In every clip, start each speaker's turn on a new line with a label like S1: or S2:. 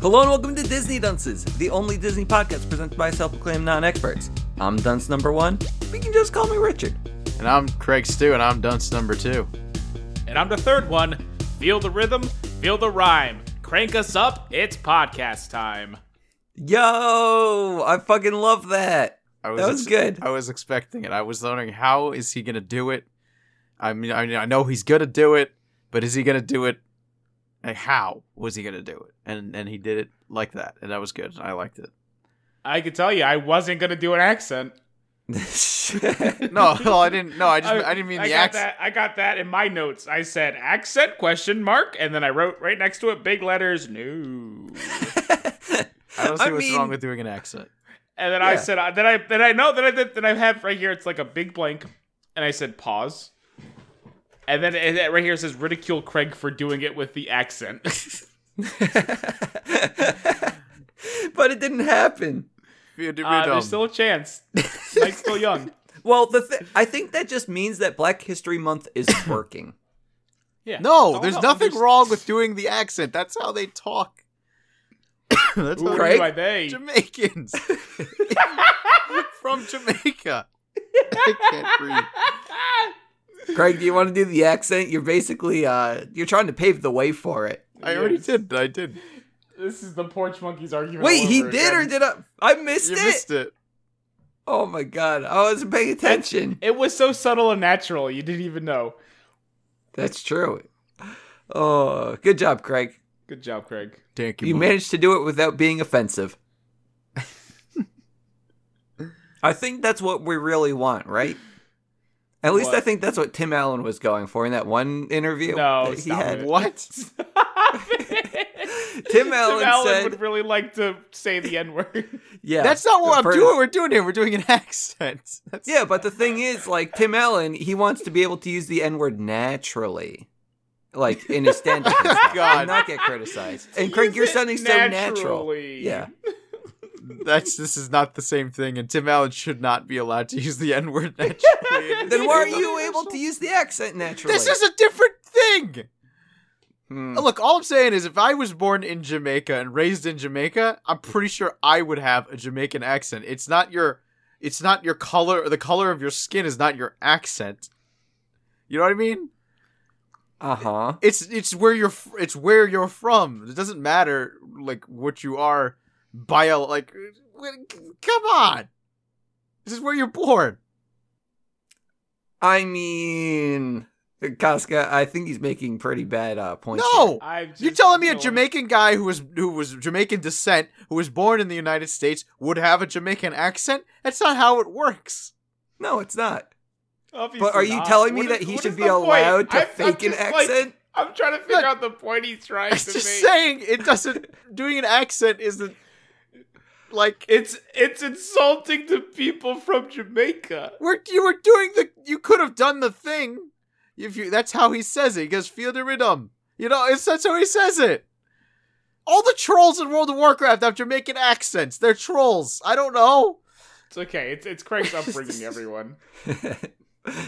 S1: Hello and welcome to Disney Dunces, the only Disney podcast presented by self-proclaimed non-experts. I'm dunce number one. You can just call me Richard.
S2: And I'm Craig Stew, and I'm dunce number two.
S3: And I'm the third one. Feel the rhythm, feel the rhyme. Crank us up, it's podcast time.
S1: Yo, I fucking love that.
S2: I
S3: Oh,
S1: That was good.
S2: I was expecting it. I was wondering how is he gonna do it. I mean, I, mean, I know he's gonna do it, but is he gonna do it? Like, how was he gonna do it? And and he did it like that, and that was good. I liked it.
S3: I could tell you, I wasn't gonna do an accent.
S2: No, no, I didn't. No, I just I, didn't mean the
S3: got
S2: accent.
S3: That, I got that in my notes. I said accent question mark, and then I wrote right next to it big letters no.
S2: I don't see
S1: I
S2: what's
S1: mean-
S2: wrong with doing an accent.
S3: And then I
S1: Yeah.
S3: said, uh, then I then I know that I did, then I have right here. It's like a big blank, and I said pause. And then and that right here says ridicule Craig for doing it with the accent. Oh.
S1: but it didn't happen.
S2: You're- you're
S3: Uh,
S2: dumb.
S3: there's still a chance. Mike's still young.
S1: Well, the th- I think that just means that Black History Month is working.
S3: Yeah.
S2: no,
S3: Don't
S2: there's
S3: know.
S2: nothing
S3: There's-
S2: wrong with doing the accent. That's how they talk. That's
S3: Who
S2: how
S3: are you
S1: Craig?
S3: by they?
S2: Jamaicans from Jamaica. I can't breathe.
S1: Craig, do you want to do the accent? You're basically uh you're trying to pave the way for it.
S2: I already
S3: Yes.
S2: did. I did.
S3: This is the porch monkey's argument.
S1: Wait,
S3: all
S1: he
S3: over
S1: did or
S3: again.
S1: did I? I missed
S2: you
S1: it.
S2: missed it.
S1: Oh my god, I wasn't paying attention.
S3: It was so subtle and natural, you didn't even know.
S1: That's true. Oh, good job, Craig.
S3: Good job, Craig.
S2: Thank
S1: You managed to do it without being offensive. I think that's what we really want, right? At least I
S3: What?
S1: think that's what Tim Allen was going for in that one interview
S3: No,
S1: that he
S3: stop
S1: had.
S3: it.
S2: What?
S1: Tim Allen,
S3: Tim Allen
S1: said,
S3: would really like to say the N word.
S1: "Yeah,
S2: That's not
S1: the
S2: what I'm
S1: first-
S2: doing. We're doing here. We're doing an accent. That's
S1: Yeah, but the thing is, like Tim Allen, he wants to be able to use the N word naturally, like in his stand-up,
S3: Oh
S1: and stuff,
S2: God.
S1: and not get criticized. And Craig, you're
S3: it
S1: sounding so natural.
S3: naturally.
S1: Yeah,
S2: that's this is not the same thing. And Tim Allen should not be allowed to use the N word naturally.
S1: then why are you able to use the accent naturally?
S2: This is a different thing.
S1: Hmm.
S2: Look, all I'm saying is if I was born in Jamaica and raised in Jamaica, I'm pretty sure I would have a Jamaican accent. It's not your it's not your color the color of your skin is not your accent. You know what I mean?
S1: Uh huh.
S2: It's it's where you're f- it's where you're from. It doesn't matter like what you are bio like w- come on. This is where you're born.
S1: I mean, Casca, I think he's making pretty bad uh, points.
S2: No.
S3: I've just
S2: You're telling me a
S3: no-
S2: Jamaican guy who was who was Jamaican descent, who was born in the United States, would have a Jamaican accent? That's not how it works.
S1: here. no, it's not.
S3: Obviously
S1: But are you
S3: not.
S1: telling me
S3: What
S1: that
S3: is-
S1: he
S3: what
S1: should
S3: is
S1: be
S3: the point?
S1: allowed to
S3: I'm- I'm
S1: fake an
S3: just, like,
S1: accent?
S3: I'm trying to figure
S2: Look.
S3: out the point he's trying
S2: I'm
S3: to
S2: just
S3: make.
S2: saying it doesn't. Doing an accent isn't like
S3: It's it's insulting to people from Jamaica.
S2: we're you were doing the. You could have done the thing. If you, that's how he says it. He goes feel the rhythm. You know, it's that's how he says it. All the trolls in World of Warcraft have Jamaican accents. They're trolls. I don't know.
S3: It's okay. It's it's Craig's upbringing. Everyone.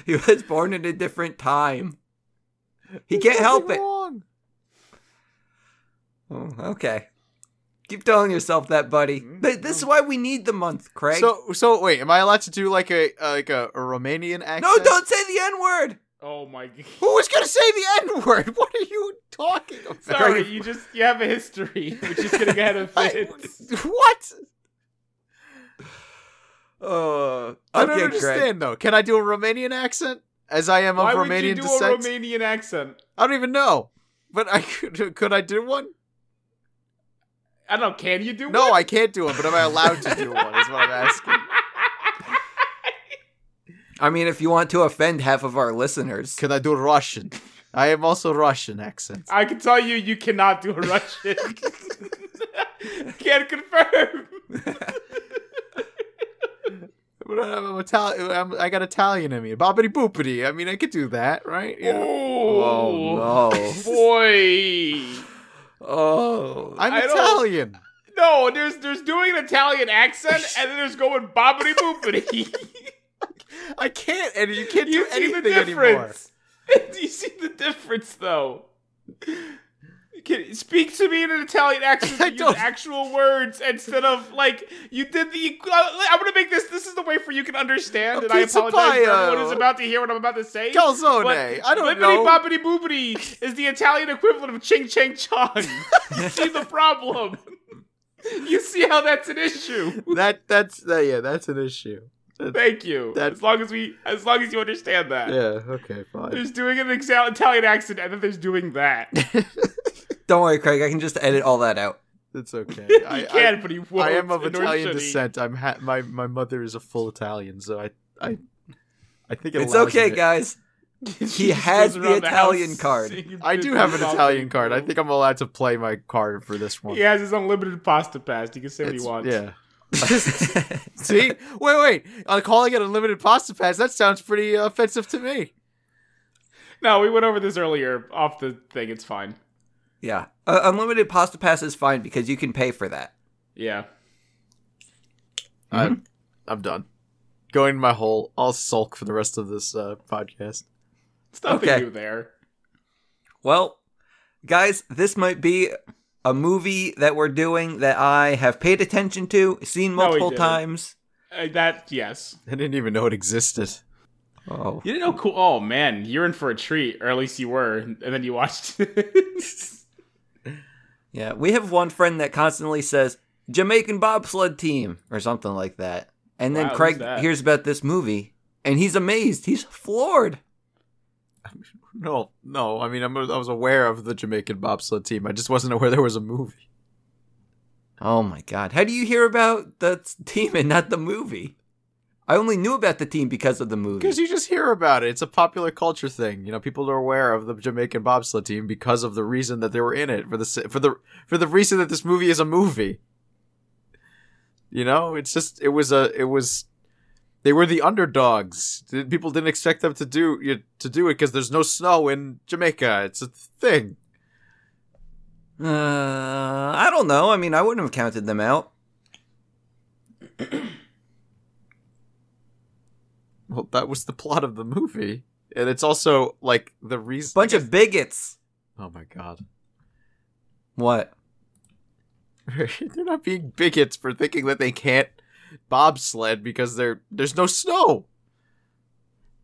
S1: he was born in a different time. He can't help it.
S2: Wrong.
S1: Oh, okay. Keep telling yourself that, buddy. Th- This is why we need the month, Craig.
S2: So so wait, am I allowed to do like a like a, a Romanian accent?
S1: no, don't say the N word.
S3: Oh my. g-
S2: Who was gonna say the N word? What are you talking about?
S3: Sorry, you just you have a history. We're just getting ahead of
S2: I-
S3: it.
S2: what?
S1: Uh,
S2: I don't
S1: okay,
S2: understand
S1: Craig.
S2: though. Can I do a Romanian accent? As I am
S3: Why
S2: of
S3: would
S2: Romanian
S3: you do
S2: descent,
S3: a Romanian accent?
S2: I don't even know. But I could could I do one?
S3: I don't know. Can you do
S2: No,
S3: one?
S2: I can't do one. But am I allowed to do one? Is what I'm asking.
S1: I mean, if you want to offend half of our listeners,
S2: Can I do Russian? I am also Russian accent.
S3: I can tell you, you cannot do a Russian. Can't confirm.
S2: But I'm, I'm Italian. I'm, I got Italian in me. Bobbity boopity. I mean, I could do that, right? You know?
S3: Oh,
S1: oh
S3: boy.
S1: no, oh,
S2: I'm
S3: I don't-
S2: Italian.
S3: No, there's there's doing an Italian accent, and then there's going bobbity boopity.
S2: I can't, and you can't do
S3: you see the
S2: anything anymore.
S3: difference. Do you see the difference, though? Can, speak to me in an Italian accent.
S2: I
S3: that Use
S2: don't-
S3: actual words instead of like you did the. uh, I'm gonna make this. This is the way for you can understand.
S2: A
S3: And I
S2: pizza
S3: apologize
S2: pie,
S3: for everyone
S2: uh,
S3: who's about to hear what I'm about to say.
S2: Calzone.
S3: but
S2: I don't
S3: bibbidi
S2: know.
S3: bobbidi boobity is the Italian equivalent of ching chang chong. you see the problem. You see how that's an issue.
S2: that that's that. Yeah, that's an issue.
S3: Thank you.
S2: That-
S3: as long as we, as long as you understand that.
S2: Yeah. Okay. Fine.
S3: There's doing an exa- Italian accent, and then there's doing that. you
S1: don't worry, Craig. I can just edit all that out.
S2: It's okay. I,
S3: can, but he
S2: I,
S3: won't.
S2: I am of
S3: and nor
S2: Italian
S3: should he.
S2: descent. I'm ha- my my mother is a full Italian, so I I I think it
S1: It's
S2: allows
S1: okay,
S2: me-
S1: guys. He
S3: just goes
S1: has the
S3: around the
S1: Italian
S3: house
S1: card.
S3: singing
S2: I do have an
S3: pizza
S2: Italian
S3: pie.
S2: card. I think I'm allowed to play my card for this one.
S3: he has his unlimited pasta pass. He can say what he
S2: It's-
S3: wants.
S2: Yeah. See, wait, wait. Uh, calling it unlimited pasta pass. That sounds pretty uh, offensive to me.
S3: No, we went over this earlier off the thing. It's fine.
S1: yeah, uh, unlimited pasta pass is fine because you can pay for that.
S3: Yeah.
S2: I'm, I'm done. Going to my hole. I'll sulk for the rest of this uh, podcast.
S3: It's nothing
S1: Okay.
S3: new there.
S1: Well, guys, this might be a movie that we're doing that I have paid attention to, seen
S3: No, he
S1: multiple
S3: didn't.
S1: times.
S3: Uh, that, yes.
S2: I didn't even know it existed.
S1: Oh,
S3: You didn't know cool. Oh, man. You're in for a treat, or at least you were. And then you watched it.
S1: yeah. We have one friend that constantly says Jamaican bobsled team or something like that, and then
S3: Wow, who's
S1: Craig
S3: that?
S1: hears about this movie and he's amazed. He's floored.
S2: No, no. I mean, I'm, I was aware of the Jamaican bobsled team. I just wasn't aware there was a movie.
S1: Oh my god! How do you hear about the team and not the movie? I only knew about the team because of the movie.
S2: Because you just hear about it. It's a popular culture thing. You know, people are aware of the Jamaican bobsled team because of the reason that they were in it for the s- for the for the reason that this movie is a movie. You know, it's just it was a it was they were the underdogs. Th- People didn't expect them to do you- to do it because there's no snow in Jamaica. It's a thing.
S1: Uh, I don't know. I mean, I wouldn't have counted them out.
S2: Well, that was the plot of the movie, and it's also like the reason.
S1: Bunch of bigots.
S2: oh my god.
S1: What?
S2: they're not being bigots for thinking that they can't bobsled because there there's no snow.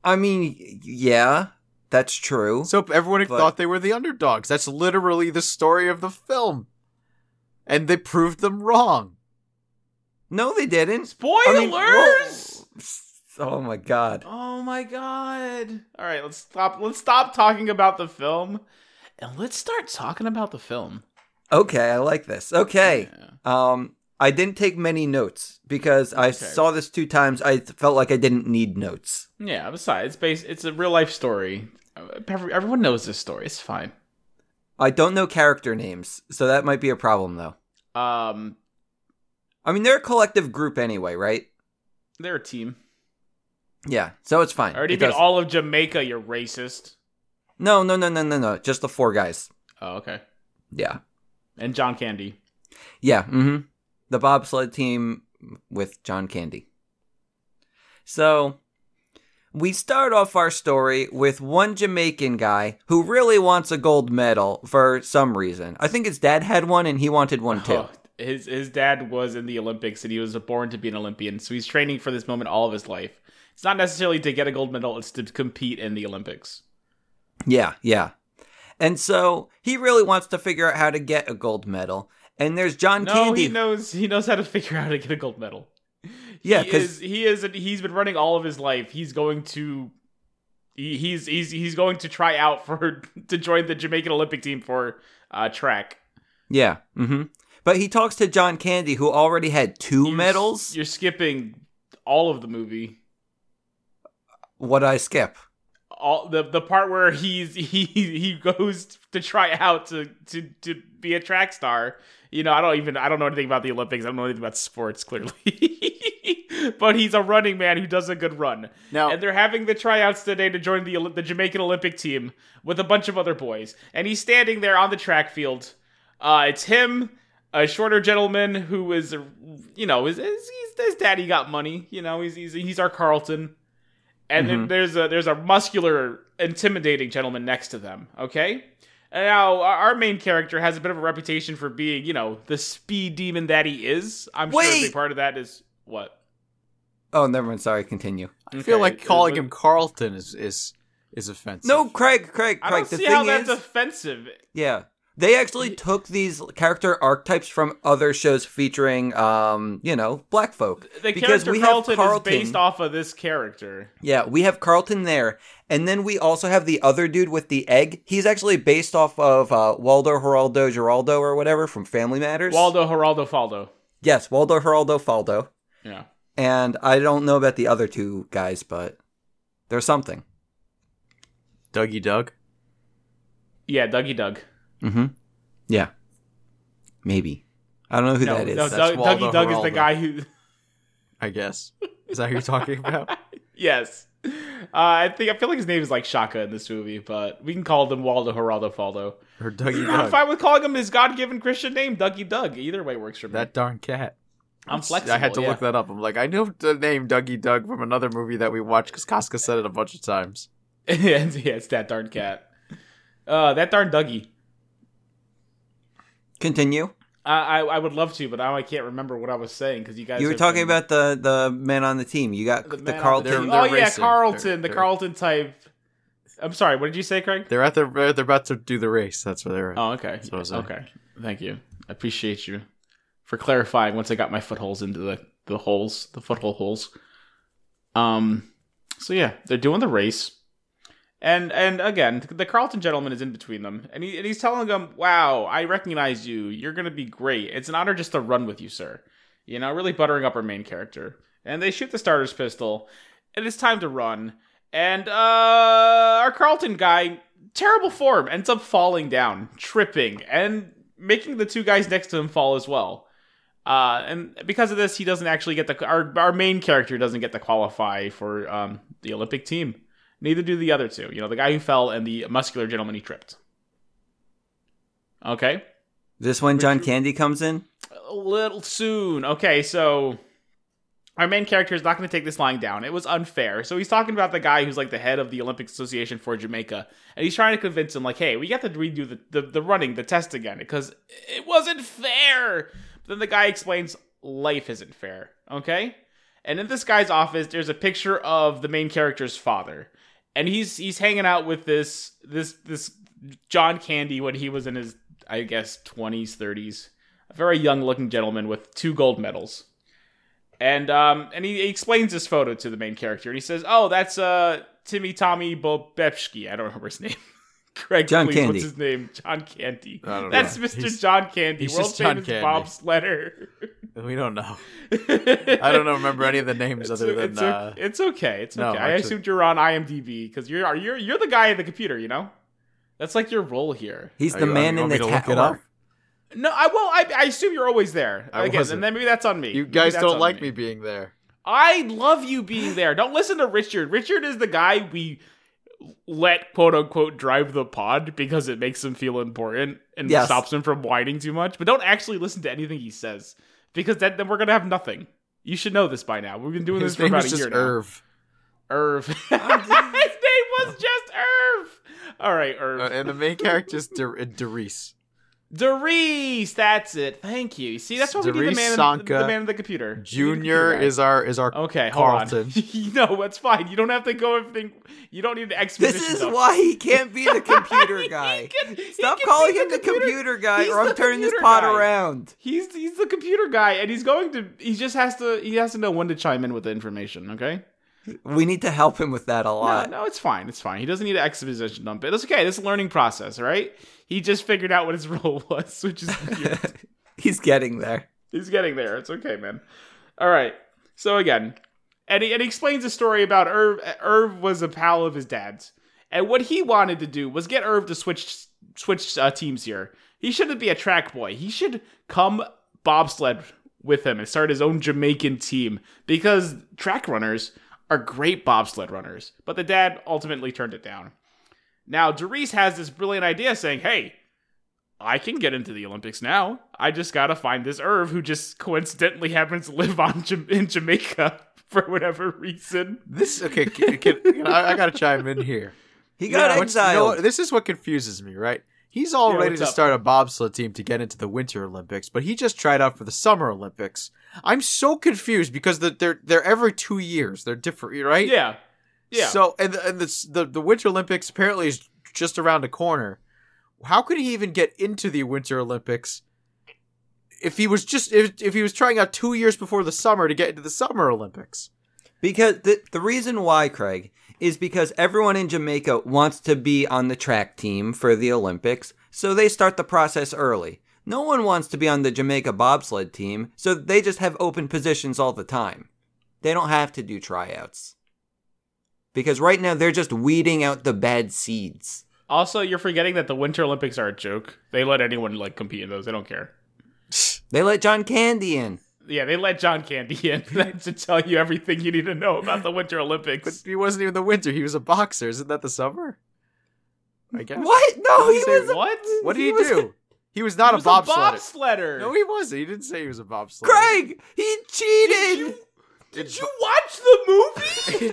S1: I mean, y- yeah, that's true.
S2: So everyone
S1: But-
S2: thought they were the underdogs. That's literally the story of the film. And they proved them wrong.
S1: no, they didn't.
S3: Spoilers!
S1: I mean, whoa. Oh my god.
S3: Oh my god. All right, let's stop let's stop talking about the film and let's start talking about the film.
S1: Okay, I like this. Okay.
S3: Yeah.
S1: Um I didn't take many notes because I
S3: Okay.
S1: saw this two times. I felt like I didn't need notes.
S3: Yeah, besides, it's based it's a real life story. Uh, every- Everyone knows this story. It's fine.
S1: I don't know character names, so that might be a problem though.
S3: Um
S1: I mean, they're a collective group anyway, right?
S3: they're a team.
S1: Yeah, so it's fine.
S3: I already
S1: It
S3: beat
S1: does-
S3: all of Jamaica, you racist.
S1: no, no, no, no, no, no. Just the four guys.
S3: Oh, okay.
S1: Yeah.
S3: And John Candy.
S1: Yeah, hmm the bobsled team with John Candy. So we start off our story with one Jamaican guy who really wants a gold medal for some reason. I think his dad had one and he wanted one too.
S3: Oh, his his dad was in the Olympics and he was born to be an Olympian, so he's training for this moment all of his life. It's not necessarily to get a gold medal, it's to compete in the Olympics.
S1: Yeah, yeah. And so he really wants to figure out how to get a gold medal. And there's John
S3: No,
S1: Candy.
S3: he knows. He knows how to figure out how to get a gold medal.
S1: yeah,
S3: he
S1: because
S3: is. He is. He's been running all of his life. He's going to He, he's he's he's going to try out for to join the Jamaican Olympic team for uh, track.
S1: Yeah. hmm But he talks to John Candy, who already had 2
S3: You s-
S1: medals.
S3: You're skipping all of the movie.
S1: What I skip?
S3: All the the part where he's he he goes to try out to to to be a track star. You know, I don't even I don't know anything about the Olympics. I don't know anything about sports clearly. but he's a running man who does a good run.
S2: Now,
S3: and they're having the tryouts today to join the Oli- the Jamaican Olympic team with a bunch of other boys. And he's standing there on the track field. Uh, it's him, a shorter gentleman who is, a- you know, his, his, his, his daddy got money. You know, he's he's, he's our Carlton. And then there's a there's a muscular, intimidating gentleman next to them. Okay. And Now our our main character has a bit of a reputation for being, you know, the speed demon that he is. I'm sure a
S1: Wait!
S3: big part of that is what.
S1: Oh, never mind. Sorry. Continue.
S2: I
S3: Okay,
S2: feel like calling
S3: uh,
S2: him Carlton is is is offensive.
S1: No, Craig, Craig, Craig.
S3: I don't
S1: the
S3: see
S1: thing
S3: how
S1: is,
S3: that's offensive.
S1: yeah, they actually took these character archetypes from other shows featuring, um, you know, black folk.
S3: The
S1: Because
S3: character
S1: we have
S3: Carlton,
S1: Carlton.
S3: is based off of this character.
S1: Yeah, we have Carlton there, and then we also have the other dude with the egg. He's actually based off of uh, Waldo Geraldo Geraldo or whatever from Family Matters.
S3: Waldo Geraldo Faldo.
S1: Yes, Waldo Geraldo Faldo.
S3: Yeah.
S1: And I don't know about the other two guys, but there's something.
S2: Dougie Doug.
S3: Yeah, Dougie Doug.
S1: Mm-hmm. Yeah. Maybe. I don't know who
S3: no,
S1: that is.
S3: no,
S2: That's
S3: Doug,
S2: Waldo
S3: Dougie Doug is the
S2: Geraldo.
S3: guy who.
S2: I guess is that who you're talking about?
S3: yes. Uh, I think I feel like his name is like Shaka in this movie, but we can call him Waldo Geraldo Faldo.
S2: Or Dougie
S3: I'm
S2: Doug?
S3: fine with calling him his God-given Christian name, Dougie Doug. Either way works for me.
S2: That darn cat.
S3: I'm flexible.
S2: I had to
S3: yeah.
S2: look that up. I'm like, I know the name Dougie Doug from another movie that we watched because Casca said it a bunch of times.
S3: yeah, it's- yeah, it's that darn cat. Uh, that darn Dougie.
S1: Continue.
S3: I, I I would love to, but now I can't remember what I was saying because you guys.
S1: You were
S3: have
S1: talking
S3: been-
S1: about the the men on the team. You got the,
S3: man on
S1: Carlton.
S3: team.
S2: They're-
S3: oh
S2: they're
S3: yeah,
S2: racing.
S3: Carlton,
S2: They're-
S3: the
S2: they're-
S3: Carlton type. I'm sorry. What did you say, Craig?
S2: They're at their they're about to do the race. That's where they're at.
S3: Oh, okay.
S2: what I was saying.
S3: okay. Thank you. I appreciate you for clarifying once I got my footholds into the the holes, the foothole holes. Um. So yeah, they're doing the race, and and again, the Carlton gentleman is in between them, and he and he's telling them, "Wow, I recognize you. You're gonna be great. It's an honor just to run with you, sir." You know, really buttering up our main character. And they shoot the starter's pistol, and it's time to run. And uh our Carlton guy, terrible form, ends up falling down, tripping, and making the two guys next to him fall as well. Uh, and because of this, he doesn't actually get the our our main character doesn't get to qualify for um, the Olympic team. Neither do the other two. You know, the guy who fell and the muscular gentleman he tripped. Okay
S1: This one, John Candy comes in.
S3: a little soon. Okay, so our main character is not going to take this lying down. It was unfair. So he's talking about the guy who's like the head of the Olympic Association for Jamaica, and he's trying to convince him, like, hey, we got to redo the, the, the running, the test again, because it wasn't fair. But then the guy explains, life isn't fair. Okay? And in this guy's office, there's a picture of the main character's father. And he's he's hanging out with this this this John Candy when he was in his I guess 20s, 30s a very young looking gentleman with two gold medals. And um, and he, he explains this photo to the main character, and he says, "Oh, that's uh Timmy Tommy Bobevsky. I don't remember his name. Craig,
S1: John
S3: please,
S1: Candy.
S3: what's his name? John Candy.
S2: I don't know.
S3: That's Mr.
S2: He's-
S3: John Candy,
S2: he's
S3: world
S2: just John
S3: famous
S2: Candy.
S3: bobsledder.
S2: We don't know. I
S3: I
S2: don't remember any of the names
S3: It's,
S2: other
S3: o-
S2: than
S3: it's, o-
S2: uh,
S3: it's okay. It's
S2: no,
S3: okay. I
S2: actually-
S3: assumed you're on IMDb because you're are- you're you're the guy at the computer. You know, that's like your role here.
S1: He's
S2: Are
S1: the
S2: you-
S1: man
S2: you
S1: in the
S2: want me to
S1: tower.
S2: look it up?
S3: No, I well, I, I assume you're always there.
S2: I
S3: Again,
S2: wasn't.
S3: and then maybe that's on me.
S2: you
S3: Maybe
S2: guys
S3: that's
S2: don't
S3: on
S2: like me being there.
S3: I love you being there. Don't listen to Richard. Richard is the guy we let quote unquote drive the pod because it makes him feel important and
S1: Yes.
S3: stops him from whining too much. But don't actually listen to anything he says because that, then we're gonna have nothing. You should know this by now. We've been doing
S2: His
S3: this for
S2: name
S3: about
S2: is
S3: a
S2: just
S3: year
S2: Irv.
S3: now. Irv. His name was just Irv. All right, Irv.
S2: Uh, and the main character is Der- uh, Derice.
S3: Derice, that's it. Thank you. See, that's why we need the
S2: Derice
S3: man, in,
S2: Sanka
S3: the man in the computer. We need the
S2: Junior
S3: computer guy.
S2: is our is our
S3: Okay, hold
S2: Carlton.
S3: on. no, that's fine. You don't have to go everything. You don't need an exposition.
S1: This is
S3: though.
S1: why he can't be the computer
S3: He
S1: guy.
S3: can- he
S1: Stop
S3: can
S1: calling
S3: be
S1: him the computer, guy,
S3: He's
S1: or I'm
S3: the
S1: turning this
S3: computer
S1: pot
S3: guy.
S1: around.
S3: He's he's the computer guy, and he's going to. He just has to. He has to know when to chime in with the information. Okay.
S1: We need to help him with that a lot.
S3: No, no, it's fine. It's fine. He doesn't need an exposition dump. It's okay. It's a learning process, all right? He just figured out what his role was, which is cute.
S1: He's getting there.
S3: He's getting there. It's okay, man. All right. So again, and he, and he explains a story about Irv. Irv was a pal of his dad's, and what he wanted to do was get Irv to switch switch uh, teams here. He shouldn't be a track boy. He should come bobsled with him and start his own Jamaican team because track runners are great bobsled runners. But the dad ultimately turned it down. Now, Doris has this brilliant idea saying, "Hey, I can get into the Olympics now. I just gotta find this Irv who just coincidentally happens to live on Jam- in Jamaica for whatever reason.
S2: This okay? Can, can, can- I, I gotta chime in here.
S1: He got
S2: Yeah, what's- you know
S1: exiled.
S2: what- this is what confuses me, right? He's all
S3: Yeah,
S2: ready
S3: what's
S2: to
S3: up?
S2: start a bobsled team to get into the Winter Olympics, but he just tried out for the Summer Olympics. I'm so confused because the, they're they're every two years. They're different, right?
S3: Yeah, yeah.
S2: So and the, and the, s- the the Winter Olympics apparently is just around the corner. How could he even get into the Winter Olympics if he was just if, if he was trying out two years before the summer to get into the Summer Olympics?
S1: Because the the reason why, Craig, is because everyone in Jamaica wants to be on the track team for the Olympics, so they start the process early. No one wants to be on the Jamaica bobsled team, so they just have open positions all the time. They don't have to do tryouts. Because right now they're just weeding out the bad seeds.
S3: also, you're forgetting that the Winter Olympics are a joke. They let anyone like compete in those. They don't care.
S1: They let John Candy in.
S3: Yeah, they let John Candy in That should tell you everything you need to know about the Winter
S2: But
S3: Olympics.
S2: he wasn't even the winter; he was a boxer. Isn't that the summer? I guess.
S1: What? No, he
S2: He said
S1: was
S3: What?
S2: What did
S1: He
S2: he,
S1: was-
S2: do? He was not
S3: He
S2: a
S3: was
S2: bobsledder.
S3: bobsledder.
S2: no, he wasn't. He didn't say he was a bobsledder.
S1: Craig. He
S3: did
S1: cheated.
S3: you, did you watch the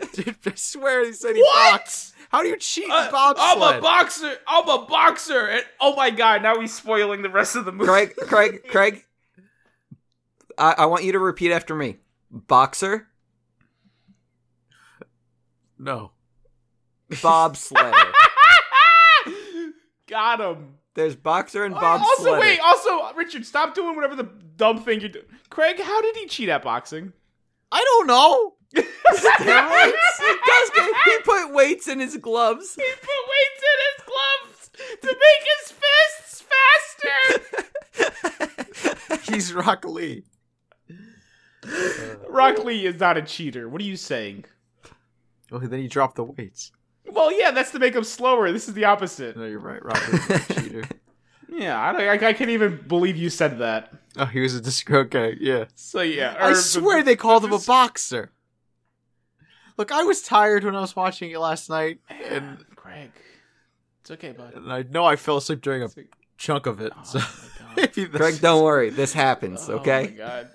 S3: movie?
S2: I swear he said he
S3: What?
S2: boxed. How do you cheat in
S3: Uh,
S2: bobsled?
S3: I'm a boxer. I'm a boxer. And, oh my god! Now he's spoiling the rest of the movie.
S1: Craig, Craig, Craig. I, I want you to repeat after me. Boxer,
S2: no.
S1: bobsledder.
S3: Got him.
S1: There's boxer and
S3: Uh, also,
S1: bobsledder.
S3: wait. Also, Richard, stop doing whatever the dumb thing you're doing. Craig, how did he cheat at boxing?
S2: I don't know.
S1: Steroids? He does get- he put weights in his gloves.
S3: He put weights in his gloves to make his fists faster.
S2: He's Rock Lee.
S3: Rock Lee is not a cheater. What are you saying?
S2: Oh, then he dropped the weights.
S3: Well, yeah, that's to make him slower. This is the opposite.
S2: No, you're right. Rock Lee was a cheater.
S3: Yeah, I, don't, I, I can't even believe you said that.
S2: Oh, he was a disc. Okay, yeah.
S3: So yeah,
S2: I
S3: or-
S2: swear they called him a boxer. Look, I was tired when I was watching it last night, and,
S3: Man, Craig, it's okay, bud.
S2: and I know I fell asleep during a chunk of it. So.
S3: Oh my god.
S2: if you-
S1: Craig, don't worry. This happens,
S3: Oh my
S1: okay?
S3: god.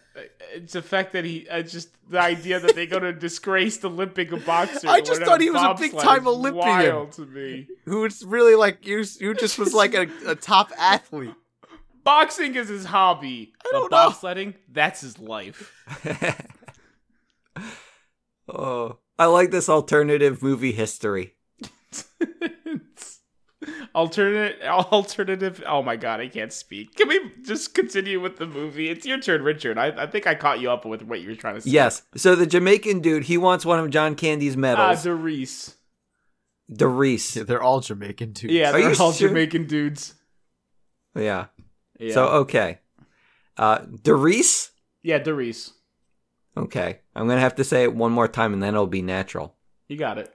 S3: It's the fact that he, uh, just the idea that they go to a disgraced Olympic boxer.
S2: I just
S3: whatever,
S2: thought he was a big
S3: bobsled
S2: time
S3: is
S2: Olympian.
S3: Wild to me.
S2: who's really like you? Who just was like a, a top athlete?
S3: Boxing is his hobby,
S2: don't
S3: but
S2: know.
S3: bobsledding, that's his life.
S1: oh, I like this alternative movie history.
S3: Alternate, alternative. Oh my god, I can't speak. Can we just continue with the movie? It's your turn, Richard. I, I think I caught you up with what you were trying to say.
S1: Yes. So the Jamaican dude, he wants one of John Candy's
S3: Ah,
S1: medals.
S3: Doris.
S1: Doris.
S2: Yeah, they're all Jamaican too.
S3: Yeah,
S1: Are
S3: they're
S1: you
S3: all
S1: sure?
S3: Jamaican dudes.
S1: Yeah.
S3: Yeah.
S1: So okay. Uh Doris?
S3: yeah, Doris.
S1: Okay. I'm gonna have to say it one more time and then it'll be natural.
S3: You got it.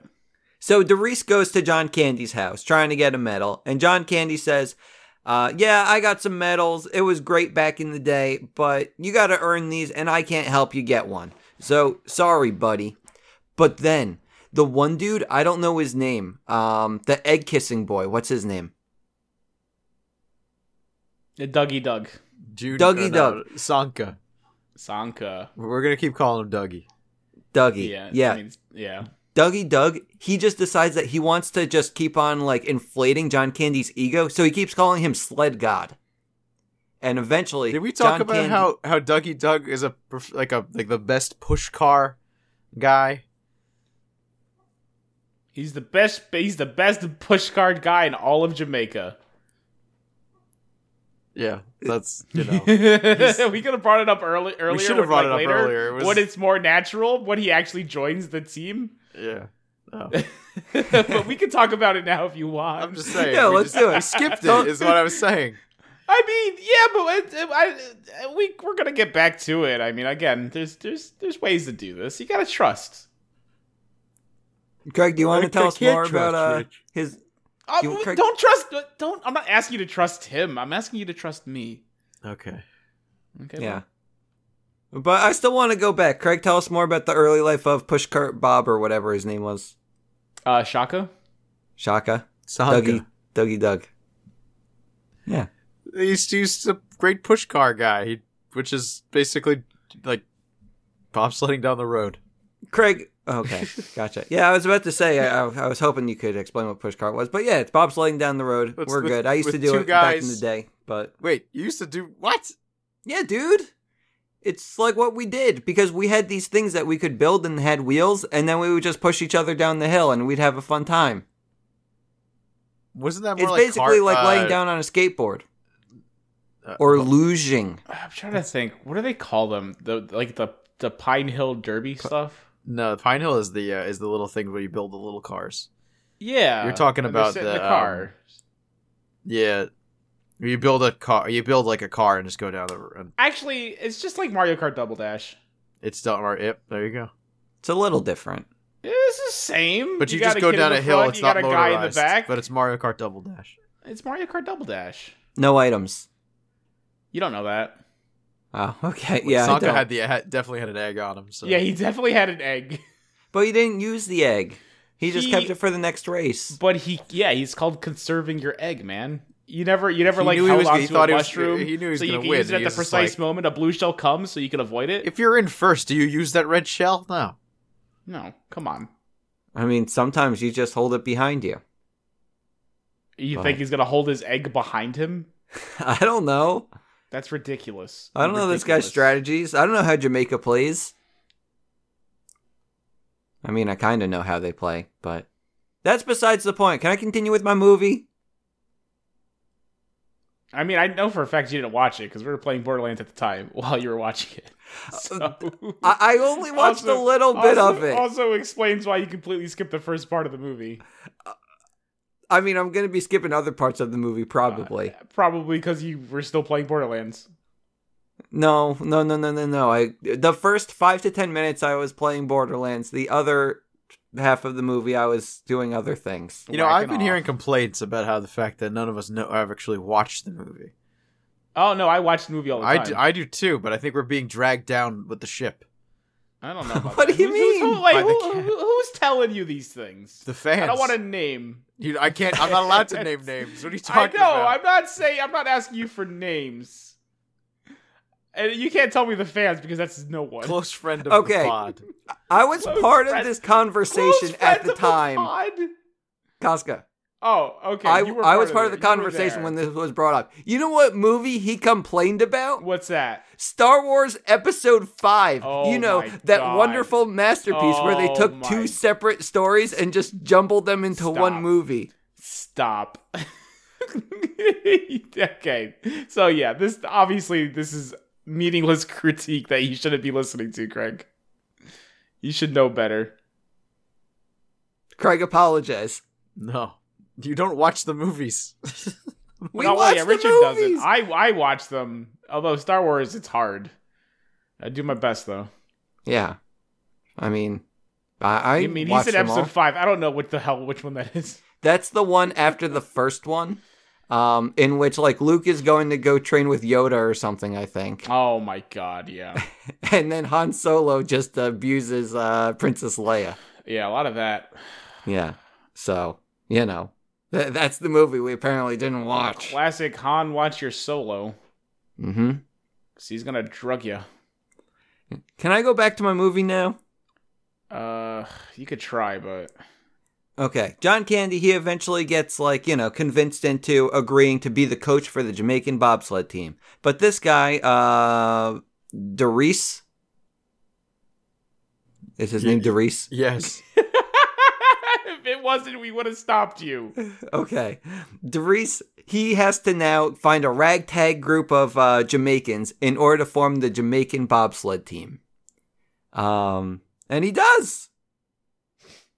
S1: So Doris goes to John Candy's house trying to get a medal, and John Candy says, uh, "Yeah, I got some medals. It was great back in the day, but you got to earn these, and I can't help you get one. So sorry, buddy." But then the one dude I don't know his name, um, the egg kissing boy. What's his name?
S3: Dougie Doug.
S2: Jude,
S1: Dougie
S2: or no, Sanka.
S3: Sanka.
S2: We're gonna keep calling him Dougie.
S1: Dougie.
S3: Yeah.
S1: yeah.
S3: I mean, yeah.
S1: Dougie Doug, he just decides that he wants to just keep on like inflating John Candy's ego, so he keeps calling him Sled God. And eventually,
S2: Did we talk
S1: John
S2: about
S1: Candy-
S2: how how Dougie Doug is a prof- like a like the best push car guy?
S3: He's the best. He's the best push guard guy in all of Jamaica.
S2: Yeah, that's you know.
S3: we could have brought it up early, earlier.
S2: We should have
S3: like,
S2: brought it up
S3: later,
S2: earlier. It was-
S3: When it's more natural, when he actually joins the team.
S2: Yeah. No.
S3: but we can talk about it now if you want.
S2: I'm just saying.
S1: Yeah,
S2: we
S1: let's
S2: just-
S1: do it.
S2: We skipped
S1: Don't-
S2: it, is what I was saying.
S3: I mean, yeah, but I, I, we we're gonna get back to it. I mean, again, there's there's there's ways to do this. You gotta trust.
S1: Craig, do you want
S2: I-
S1: to tell
S2: I
S1: us
S2: can't
S1: more
S2: trust
S1: about uh,
S2: Rich.
S1: his?
S3: Uh,
S1: You-
S3: w-
S1: Craig-
S3: don't trust. uh, Don't. I'm not asking you to trust him. I'm asking you to trust me.
S2: Okay.
S3: Okay.
S1: Yeah. But I still want to go back. Craig, tell us more about the early life of Pushcart Bob or whatever his name was.
S3: well, Uh, Shaka.
S1: Shaka,
S2: Sanka.
S1: Dougie, Dougie, Doug. Yeah,
S2: He's, he's a great push car guy, he, which is basically like bobsledding down the road.
S1: Craig. Okay, gotcha. Yeah, I was about to say I, I was hoping you could explain what pushcart was, but yeah, it's bobsledding down the road.
S2: It's
S1: We're
S2: with-
S1: good. I used
S2: with
S1: to do
S2: two
S1: it back in the
S2: guys.
S1: day, but
S2: Wait, you used to do what?
S1: Yeah, dude. It's like what we did because we had these things that we could build and had wheels, and then we would just push each other down the hill and we'd have a fun time.
S2: Wasn't that more
S1: It's
S2: like
S1: basically
S2: cart-
S1: like laying
S2: uh,
S1: down on a skateboard
S2: uh,
S1: or luging.
S3: I'm trying to think. What do they call them? The like the the Pine Hill Derby stuff.
S2: No, Pine Hill is the uh, is the little thing where you build the little cars.
S3: Yeah.
S2: You're talking
S3: And they're
S2: about
S3: sitting in
S2: the, um,
S3: the car.
S2: Yeah, you build a car. You build like a car and just go down the road.
S3: Actually, it's just like Mario Kart Double Dash.
S2: It's done. Or, yep, there you go.
S1: It's a little different.
S3: It's the same.
S2: But you,
S3: got
S2: just go
S3: kid in
S2: down
S3: the
S2: a hill.
S3: front,
S2: it's
S3: you
S2: not
S3: got a guy
S2: motorized,
S3: in the back.
S2: but it's Mario Kart Double Dash.
S3: it's Mario Kart Double Dash.
S1: No items.
S3: You don't know that.
S1: Oh, okay. Yeah. I
S2: Sanka
S1: don't.
S2: had the had, definitely had an egg on him. So
S3: Yeah, he definitely had an egg.
S1: but he didn't use the egg. He just
S3: He-
S1: kept it for the next race.
S3: But he, yeah, he's called conserving your egg, man. You never, you never
S2: He
S3: like
S2: knew he
S3: held
S2: was-
S3: on
S2: he
S3: to
S2: thought
S3: a
S2: he was-
S3: mushroom,
S2: he knew he was
S3: so you
S2: gonna
S3: can
S2: win,
S3: use it
S2: and
S3: at
S2: he
S3: the
S2: was just
S3: precise
S2: like-
S3: moment a blue shell comes, so you can avoid it.
S2: If you're in first, do you use that red shell? No.
S3: no, come on.
S1: I mean, sometimes you just hold it behind you.
S3: You
S1: Well.
S3: think he's gonna hold his egg behind him?
S1: I don't know.
S3: That's ridiculous.
S1: I don't know this guy's
S3: Ridiculous.
S1: strategies. I don't know how Jamaica plays. I mean, I kind of know how they play, but that's besides the point. Can I continue with my movie?
S3: I mean, I know for a fact you didn't watch it because we were playing Borderlands at the time while you were watching it. So-
S1: I, I only watched
S3: Also-
S1: a Uh, little bit
S3: also-
S1: of it.
S3: Also explains why you completely skipped the first part of the movie.
S1: I mean, I'm going to be skipping other parts of the movie probably.
S3: Uh, probably because you were still playing Borderlands.
S1: no, no, no, no, no, no. I the first 5 to 10 minutes I was playing Borderlands. The other half of the movie I was doing other things.
S2: You know,
S3: Whacking
S2: I've been
S3: off.
S2: hearing complaints about how the fact that none of us know have actually watched the movie.
S3: Oh no, I watched the movie all the
S2: I
S3: time.
S2: do, I do too, but I think we're being dragged down with the ship.
S3: I don't know. About
S1: What
S3: that.
S1: do you
S3: Who's- who's- who-
S1: mean?
S3: like,
S2: By the
S3: who-
S2: cat.
S3: who- who's telling you these things?
S2: The fans.
S3: I don't want to name.
S2: You, I can't. I'm not allowed to name names. What are you
S3: I know.
S2: talking about?
S3: I'm not saying. I'm not asking you for names. And you can't tell me the fans because that's no one.
S2: close friend of
S1: Okay.
S2: the pod.
S1: I was
S3: Close
S1: part of
S3: friend-
S1: this
S3: Close
S1: conversation at
S3: friends
S1: the
S3: of
S1: time.
S3: pod?
S1: Casca.
S3: Oh, okay.
S1: I,
S3: you were
S1: I was part of
S3: it.
S1: the
S3: You were
S1: conversation
S3: there.
S1: when this was brought up. You know what movie he complained about?
S3: What's that?
S1: Star Wars Episode 5.
S3: Oh
S1: you know,
S3: my
S1: that
S3: God.
S1: wonderful masterpiece where they
S3: Oh
S1: took
S3: my-
S1: two separate stories and just jumbled them into
S3: Stop.
S1: one movie.
S3: Stop. okay. So yeah, this obviously this is meaningless critique that you shouldn't be listening to, Craig. You should know better.
S1: Craig, apologize.
S2: No, you don't watch the movies.
S1: We
S3: Not- well,
S1: watched
S3: yeah,
S1: the
S3: Richard doesn't.
S1: movies.
S3: I I watch them. Although Star Wars, it's hard. I do my best though.
S1: Yeah. I mean, I, I
S3: I mean, he's
S1: watched
S3: in
S1: them all.
S3: episode five. I don't know what the hell which one that is.
S1: That's the one after the first one. Um, in which like Luke is going to go train with Yoda or something, I think,
S3: Oh my god, yeah,
S1: and then Han Solo just abuses uh, Princess Leia.
S3: yeah, a lot of that.
S1: Yeah. So, you know, th- that's the movie we apparently didn't watch.
S3: Classic Han, watch your solo,
S1: Mm-hmm.
S3: because he's gonna drug you.
S1: Can I go back to my movie now?
S3: Uh, you could try, but
S1: Okay. John Candy, he eventually gets, like, you know, convinced into agreeing to be the coach for the Jamaican bobsled team. But this guy, uh, Doris. Is his
S2: Yeah.
S1: name Doris?
S2: yes,
S3: it wasn't, we would have stopped you.
S1: Okay. Derice, he has to now find a ragtag group of uh, Jamaicans in order to form the Jamaican bobsled team. Um, and he does.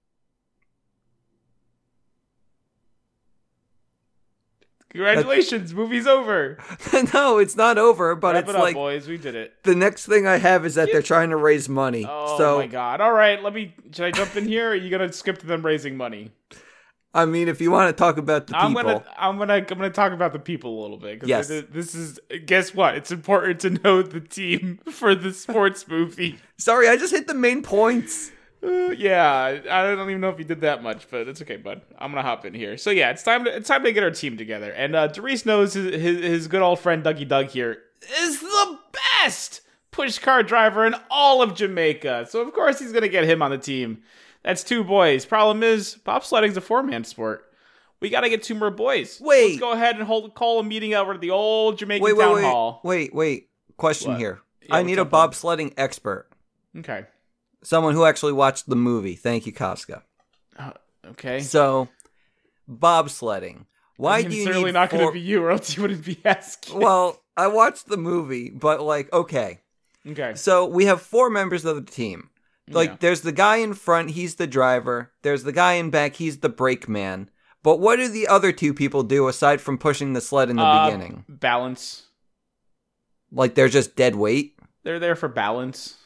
S3: Congratulations, movie's over.
S1: no, it's not over, but
S3: Wrap
S1: it's
S3: it up,
S1: like
S3: boys. We did it.
S1: the next thing I have is that they're trying to raise money.
S3: Oh
S1: so,
S3: my god! All right, let me. Should I jump in here? Or are you gonna skip to them raising money?
S1: I mean, if you want to talk about the
S3: I'm
S1: people,
S3: gonna, I'm gonna, I'm gonna talk about the people a little bit. 'cause
S1: Yes.
S3: th- This is guess what? It's important to know the team for the sports movie.
S1: sorry, I just hit the main points.
S3: Uh, yeah, I don't even know if you did that much, but it's okay, bud. I'm gonna hop in here. So yeah, it's time to it's time to get our team together. And uh, Derice knows his, his his good old friend Dougie Doug here is the best push car driver in all of Jamaica. So of course he's gonna get him on the team. That's two boys. Problem is, bobsledding's a four man sport. We gotta get two more boys.
S1: Wait.
S3: let's go ahead and hold call a meeting over at the old Jamaican
S1: Wait, wait,
S3: town
S1: wait,
S3: hall.
S1: wait, wait. Question
S3: What?
S1: here.
S3: Yeah,
S1: I
S3: what's
S1: need a
S3: up, bud?
S1: bobsledding expert,
S3: Okay,
S1: someone who actually watched the movie. Thank you, Casca.
S3: okay.
S1: So, bobsledding. Why
S3: I'm
S1: do you
S3: certainly
S1: need
S3: not
S1: four-
S3: gonna be you, or else you wouldn't be asking.
S1: Well, I watched the movie, but like, okay.
S3: okay.
S1: So we have four members of the team. Like,
S3: Yeah.
S1: there's the guy in front, he's the driver. There's the guy in back, he's the brake man. But what do the other two people do aside from pushing the sled in the
S3: Uh,
S1: beginning?
S3: Balance.
S1: Like, they're just dead weight.
S3: They're there for balance.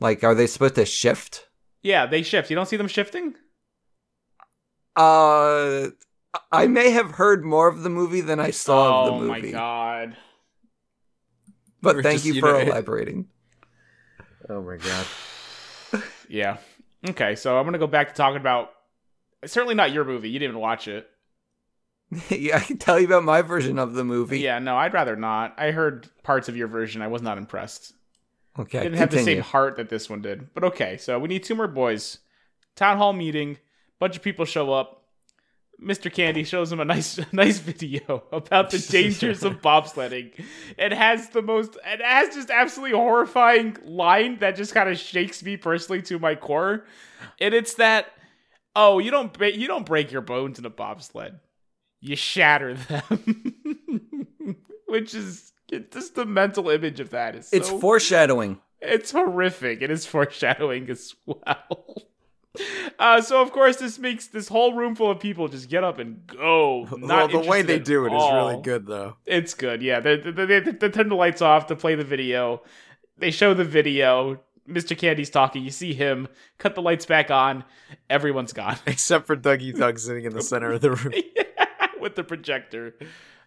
S1: Like, are they supposed to shift?
S3: Yeah, they shift. You don't see them shifting?
S1: Uh, I may have heard more of the movie than I saw
S3: oh
S1: of the
S3: my
S1: movie.
S3: god.
S1: But
S2: We're
S1: thank
S2: just,
S1: you
S2: you
S1: for
S2: know-
S1: elaborating.
S2: Oh my god.
S3: Yeah. Okay, so I'm gonna go back to talking about it's certainly not your movie. You didn't even watch it.
S1: yeah, I can tell you about my version of the movie.
S3: Yeah, no, I'd rather not. I heard parts of your version. I was not impressed.
S1: Okay,
S3: It didn't have the
S1: continue.
S3: same heart that this one did. But okay, so we need two more boys. Town hall meeting. Bunch of people show up. Mr. Candy shows him a nice, nice video about the dangers of bobsledding. It has the most, it has just absolutely horrifying line that just kind of shakes me personally to my core. And it's that, oh, you don't, ba- you don't break your bones in a bobsled, you shatter them. Which is it, just the mental image of that is
S1: it's
S3: so
S1: foreshadowing.
S3: it's horrific. It is foreshadowing as well. Uh, so of course this makes this whole room full of people just get up and go.
S2: well,
S3: Not
S2: the way
S3: interested
S2: they
S3: at
S2: do it is really
S3: all.
S2: good though.
S3: It's good. Yeah, they, they, they, they turn the lights off to play the video. They show the video. Mr. Candy's talking. You see him. Cut the lights back on. Everyone's gone
S2: Except for Dougie Doug sitting in the center of the room.
S3: with the projector.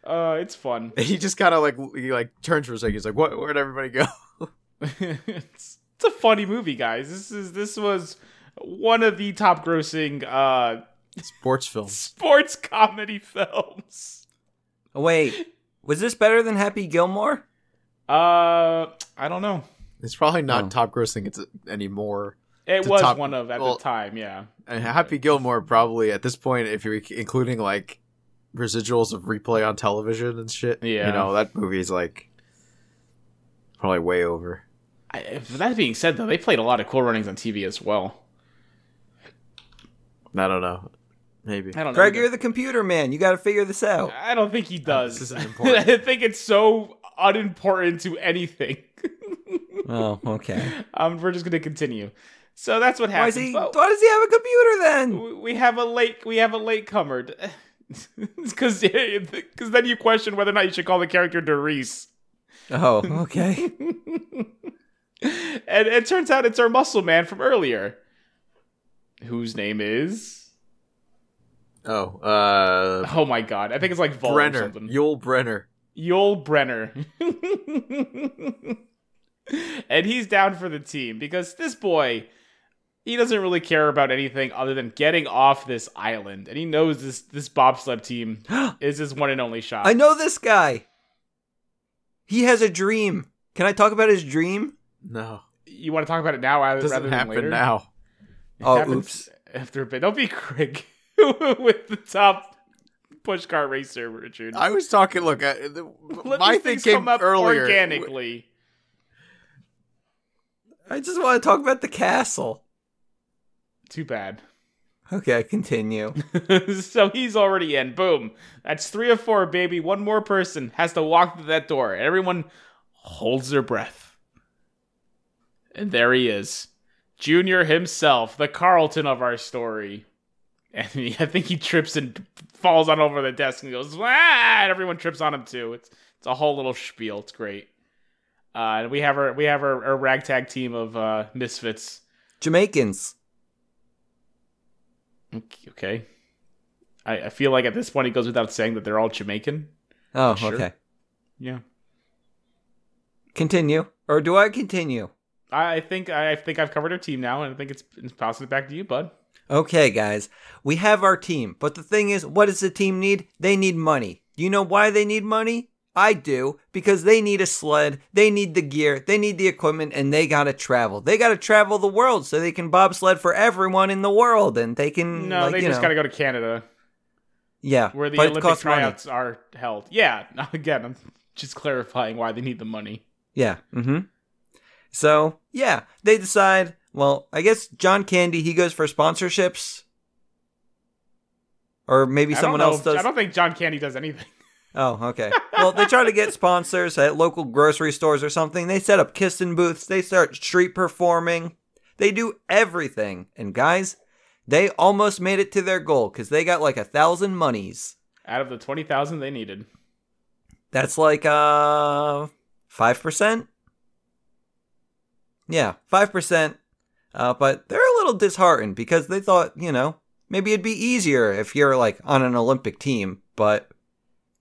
S3: Uh, it's fun.
S2: He just kind of like he like turns for a second. He's like, "What? Where'd everybody go?"
S3: it's, it's a funny movie, guys. This is this was one of the top grossing uh
S2: Sports film.
S3: sports comedy films.
S1: Wait, was this better than Happy Gilmore?
S3: Uh, I don't know.
S2: It's probably not
S1: Oh.
S2: top grossing it's uh, anymore.
S3: It
S2: The
S3: was
S2: top-
S3: one of at
S2: well-
S3: the time, yeah.
S2: And Happy Gilmore probably at this point, if you're including like residuals of replay on television and shit,
S3: Yeah.
S2: you know that movie's like probably way over.
S3: I, if- that being said, though, they played a lot of cool runnings on TV as well.
S2: I don't know. Maybe
S3: I don't
S1: Greg,
S3: know.
S1: you're the computer man. You got to figure this out.
S3: I don't think he does.
S2: This isn't important.
S3: I think it's so unimportant to anything.
S1: oh, okay.
S3: um, we're just gonna continue. So that's what
S1: Why,
S3: happens.
S1: is he, why
S3: But-
S1: does he have a computer then?
S3: we we have a late we have a late comer because then you question whether or not you should call the character Doris.
S1: Oh, okay.
S3: and it turns out it's our muscle man from earlier whose name is
S2: Oh, uh,
S3: oh my god i think it's like Vol or
S2: Brenner,
S3: something
S2: Yul Brenner.
S3: Yul Brenner. and he's down for the team because this boy, he doesn't really care about anything other than getting off this island. And he knows this this bobsled team is his one and only shot.
S1: I know this guy. He has a dream. Can I talk about his dream?
S2: No,
S3: you want to talk about it now rather, rather
S2: doesn't
S3: than
S2: happen
S3: later?
S2: now.
S3: It
S1: Oh,
S3: happens
S1: oops.
S3: After a bit. Don't be Craig with the top push car racer, Richard.
S2: I was talking. Look, I, the,
S3: Let
S2: my
S3: these
S2: thing
S3: things
S2: came
S3: come up
S2: earlier.
S3: organically.
S1: I just want to talk about the castle.
S3: Too bad.
S1: Okay, continue.
S3: so he's already in. Boom. That's three or four, baby. One more person has to walk through that door. Everyone holds their breath. And there he is. Junior himself, the Carlton of our story. And he- I think he trips and falls on over the desk and goes, ah! and everyone trips on him too. It's it's a whole little spiel. It's great. Uh, and we have our we have our, our ragtag team of uh, misfits.
S1: Jamaicans.
S3: Okay. I, I feel like at this point it goes without saying that they're all Jamaican.
S1: Oh,
S3: Sure.
S1: okay.
S3: Yeah.
S1: Continue. Or do I continue?
S3: I I think I think I've covered our team now, and I think it's, it's passing it back to you, bud.
S1: Okay, guys, we have our team, but the thing is, what does the team need? They need money. You know why they need money? I do, because they need a sled, they need the gear, they need the equipment, and they gotta travel. They gotta travel the world so they can bobsled for everyone in the world, and they can.
S3: No,
S1: Mm, like,
S3: they
S1: you
S3: just
S1: know,
S3: got to go to Canada,
S1: Yeah,
S3: where the
S1: but it
S3: Olympic
S1: costs money.
S3: tryouts are held. Yeah. Again, I'm just clarifying why they need the money.
S1: Yeah. hmm So yeah, they decide. Well, I guess John Candy he goes for sponsorships, or maybe
S3: I don't
S1: someone
S3: know
S1: else
S3: if-
S1: does.
S3: I don't think John Candy does anything.
S1: Oh, okay. Well, they try to get sponsors at local grocery stores or something. They set up kissing booths. They start street performing. They do everything. And guys, they almost made it to their goal because they got like a thousand monies.
S3: Out of the twenty thousand they needed,
S1: That's like uh five percent. Yeah, five percent. Uh, but they're a little disheartened because they thought, you know, maybe it'd be easier if you're like on an Olympic team, but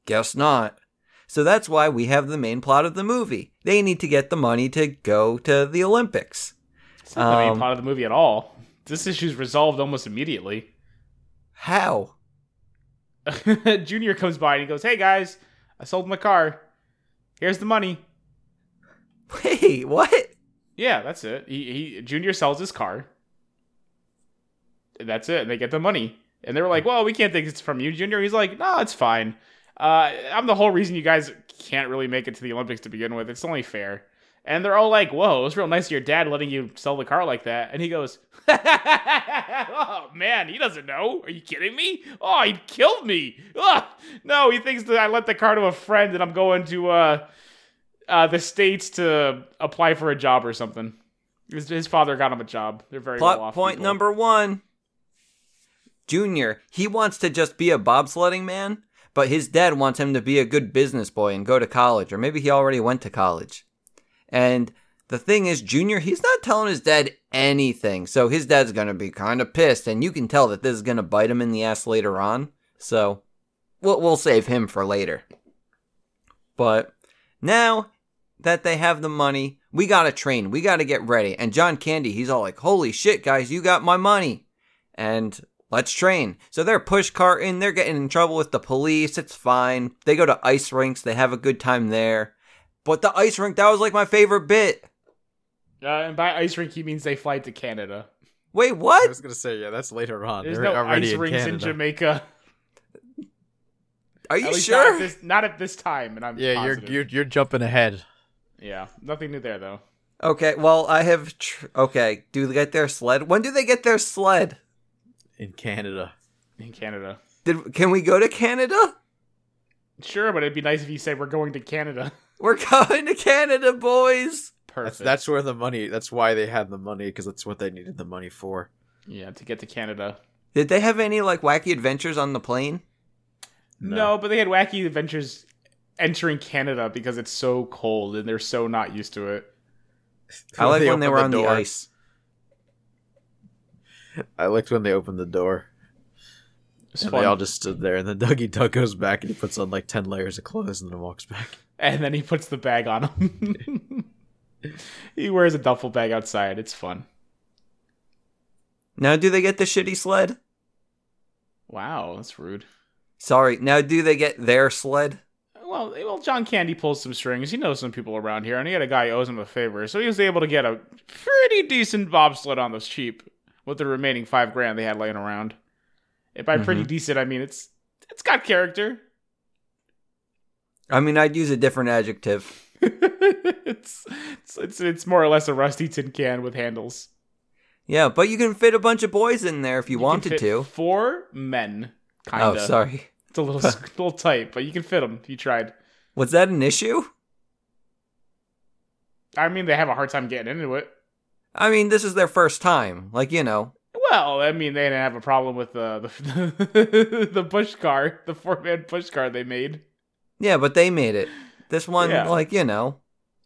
S1: guess not. So that's why we have the main plot of the movie. They need to get the money to go to the Olympics.
S3: it's not the main
S1: Um,
S3: plot of the movie at all. This issue's resolved almost immediately.
S1: How?
S3: Junior comes by and he goes, "Hey guys, I sold my car. Here's the money."
S1: Wait, what?
S3: Yeah, that's it. He, he Junior sells his car. And That's it. And they get the money. And they were
S1: Hmm.
S3: like, "Well, we can't think it's from you, Junior." He's like, "No, it's fine. Uh, I'm the whole reason you guys can't really make it to the Olympics to begin with. It's only fair." And they're all like, "Whoa, it was real nice of your dad letting you sell the car like that." And he goes, "Oh man, he doesn't know. Are you kidding me? Oh, he killed me. Ugh. No, he thinks that I lent the car to a friend and I'm going to uh, uh, the states to apply for a job or something. His, his father got him a job. They're very well
S1: Plot
S3: off
S1: point
S3: people.
S1: number one. Junior, he wants to just be a bobsledding man, but his dad wants him to be a good business boy and go to college, or maybe he already went to college. And the thing is, Junior, he's not telling his dad anything, so his dad's gonna be kind of pissed, and you can tell that this is gonna bite him in the ass later on. So, we'll, we'll save him for later. But now that they have the money. We gotta train. We gotta get ready. And John Candy, he's all like, holy shit, guys, you got my money. And let's train. So they're push carting. They're getting in trouble with the police. It's fine. They go to ice rinks. They have a good time there. But the ice rink, that was like my favorite bit.
S3: Uh, and by ice rink, he means they fly to Canada.
S1: Wait,
S2: I
S1: what?
S2: was gonna say, yeah, that's later on.
S3: There's
S2: Oh, They're
S3: no
S2: already
S3: ice
S2: in
S3: rinks in
S2: Canada.
S3: Jamaica.
S1: Are
S3: At
S1: you
S3: least Not at,
S1: sure?
S3: this, not at this time, and I'm
S2: Yeah, you're,
S3: positive.
S2: you're you're jumping ahead.
S3: yeah. Nothing new there though.
S1: Okay, well, I have. Tr- okay, do they get their sled? When do they get their sled?
S2: in Canada.
S3: In Canada,
S1: Did, can we go to Canada?
S3: sure, but it'd be nice if you said we're going to Canada.
S1: We're going to Canada, boys.
S3: Perfect.
S2: That's, that's where the money. That's why they had the money because that's what they needed the money for.
S3: yeah to get to Canada.
S1: Did they have any like wacky adventures on the plane?
S3: No.
S2: No.
S3: but they had wacky adventures entering Canada because it's so cold and they're so not used to it.
S1: I like when they
S2: opened
S1: were on the
S2: door.
S1: ice.
S2: I liked when they opened the door
S3: It's
S2: and
S3: fun.
S2: they all just stood there. And then Dougie Doug goes back and he puts on like ten layers of clothes and then walks back.
S3: and then he puts the bag on him. he wears a duffel bag outside. It's fun.
S1: Now, do they get the shitty sled?
S3: Wow, that's rude.
S1: Sorry. Now, do they get their sled?
S3: Well, well, John Candy pulls some strings. He knows some people around here, and he had a guy who owes him a favor, so he was able to get a pretty decent bobsled on the cheap with the remaining five grand they had laying around. And by
S1: Mm-hmm.
S3: pretty decent, I mean it's it's got character.
S1: I mean, I'd use a different adjective.
S3: it's, it's it's it's more or less a rusty tin can with handles.
S1: Yeah, but you can fit a bunch of boys in there if you,
S3: You can
S1: wanted
S3: fit
S1: to.
S3: Four men, kind of.
S1: Oh, sorry.
S3: It's a little, s- little tight, but you can fit them if you tried.
S1: Was that an issue?
S3: I mean, they have a hard time getting into it.
S1: I mean, this is their first time. Like, you know.
S3: Well, I mean, they didn't have a problem with uh, the the push car, the four man push car they made.
S1: Yeah, but they made it. This one,
S3: Yeah.
S1: like, you know,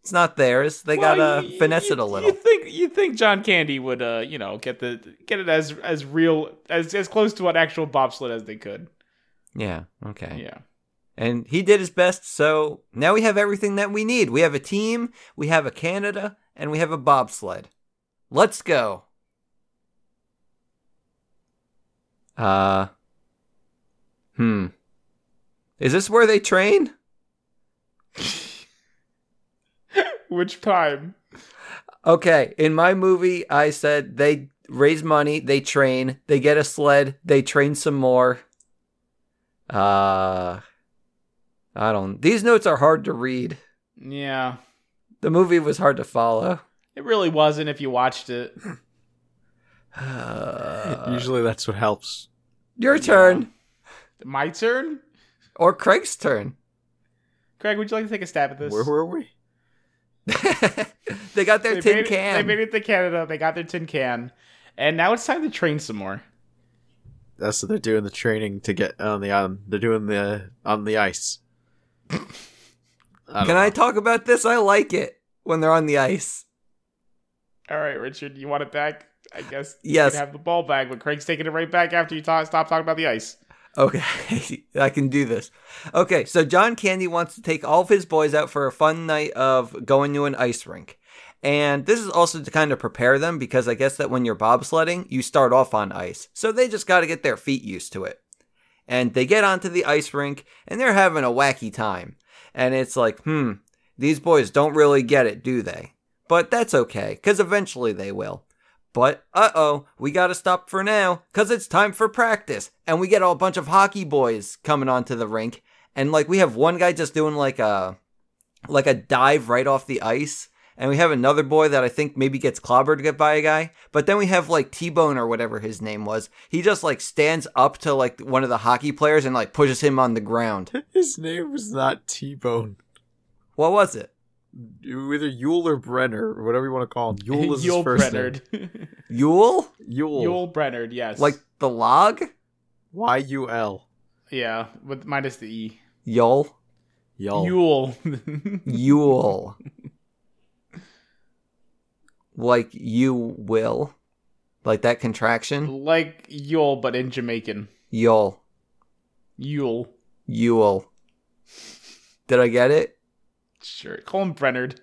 S1: it's not theirs. They
S3: Well,
S1: gotta
S3: you-
S1: finesse
S3: you-
S1: it a little.
S3: You think you think John Candy would, uh, you know, get the get it as as real as as close to an actual bobsled as they could.
S1: Yeah, okay.
S3: Yeah,
S1: And he did his best, so now we have everything that we need. We have a team, we have a Canada, and we have a bobsled. Let's go. Uh Hmm. Is this where they train?
S3: which time?
S1: Okay, in my movie I said they raise money, they train, they get a sled, they train some more. Uh I don't These notes are hard to read.
S3: Yeah,
S1: The movie was hard to follow.
S3: it really wasn't if you watched it.
S1: Usually,
S3: Uh,
S2: Usually that's what helps.
S1: Uh, your turn
S3: My turn,
S1: or Craig's turn.
S3: Craig. Would you like to take a stab at this?
S2: Where were we?
S1: they got their
S3: They
S1: tin
S3: made it-
S1: can.
S3: they made it to Canada. They got their tin can, and now it's time to train some more.
S2: That's what they're doing the training to get on the on. They're doing the on the ice.
S1: Can I talk about this? I like it when they're on the ice.
S3: All right, Richard, you want it back? I guess you
S1: Yes.
S3: can have the ball back, but Craig's taking it right back after you ta- stop talking about the ice.
S1: Okay, I can do this. Okay, so John Candy wants to take all of his boys out for a fun night of going to an ice rink. And this is also to kind of prepare them because I guess that when you're bobsledding, you start off on ice. So they just got to get their feet used to it. And they get onto the ice rink and they're having a wacky time. And it's like, hmm, these boys don't really get it, do they? But that's okay because eventually they will. But uh oh, we gotta stop for now, cause it's time for practice. And we get a bunch of hockey boys coming onto the rink. And like we have one guy just doing like a like a dive right off the ice. And we have another boy that I think maybe gets clobbered get by a guy. But then we have like T Bone or whatever his name was. He just like stands up to like one of the hockey players and like pushes him on the ground.
S2: His name was not T Bone.
S1: What was it?
S2: Either Yule or Brenner, or whatever you want to call him. Yule is his first
S3: Brennard.
S1: Yule?
S2: name. Yule.
S3: Yul Brennard, yes.
S1: Like the log?
S2: Y U L.
S3: yeah, with minus the E.
S1: Yule?
S2: Yule.
S3: Yule.
S1: Yule. like you will. Like that contraction.
S3: like Yule, but in Jamaican.
S1: Yule.
S3: Yule.
S1: Yule. Did I get it?
S3: Sure. Call him Brennard.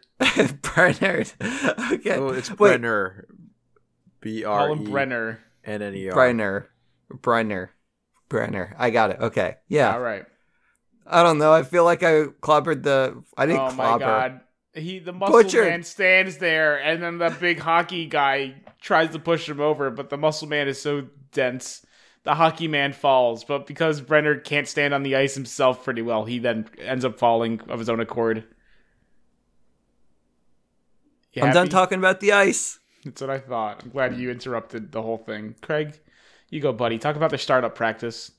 S1: Bernard. Okay.
S2: Oh, it's
S1: Wait,
S2: Brenner. B R
S3: Call him
S2: E
S3: Brenner.
S2: N N E R.
S1: Brenner. Brenner. Brenner. I got it. Okay. Yeah.
S3: All right.
S1: I don't know. I feel like I clobbered the. I didn't
S3: Oh my
S1: clobber.
S3: god. He the muscle
S1: Butchered.
S3: man stands there and then the big hockey guy tries to push him over, but the muscle man is so dense. The hockey man falls, but because Brenner can't stand on the ice himself pretty well, he then ends up falling of his own accord. You
S1: I'm done
S3: happy?
S1: talking about the ice.
S3: That's what I thought. I'm glad you interrupted the whole thing. Craig, you go, buddy. Talk about their startup practice.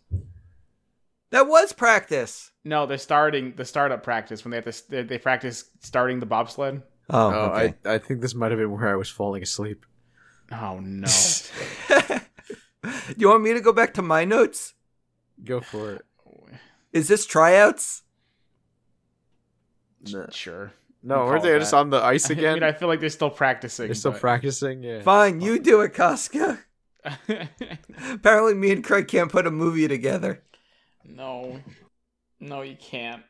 S1: That was practice.
S3: No, they're starting the startup practice when they have to they, they practice starting the bobsled.
S1: Oh,
S2: Oh,
S1: okay.
S2: I, I think this might have been where I was falling asleep.
S3: Oh no.
S1: Do you want me to go back to my notes?
S2: Go for it.
S1: Is this tryouts?
S2: No,
S3: Sure.
S2: no
S3: Call
S2: weren't they
S3: that.
S2: just on the ice
S3: I, mean, I
S2: again?
S3: feel like they're still practicing.
S2: They're still
S3: but-
S2: practicing. Yeah.
S1: Fine, you do it, Casca.
S3: practicing.
S1: Apparently, me and Craig can't put a movie together.
S3: no, no, you can't.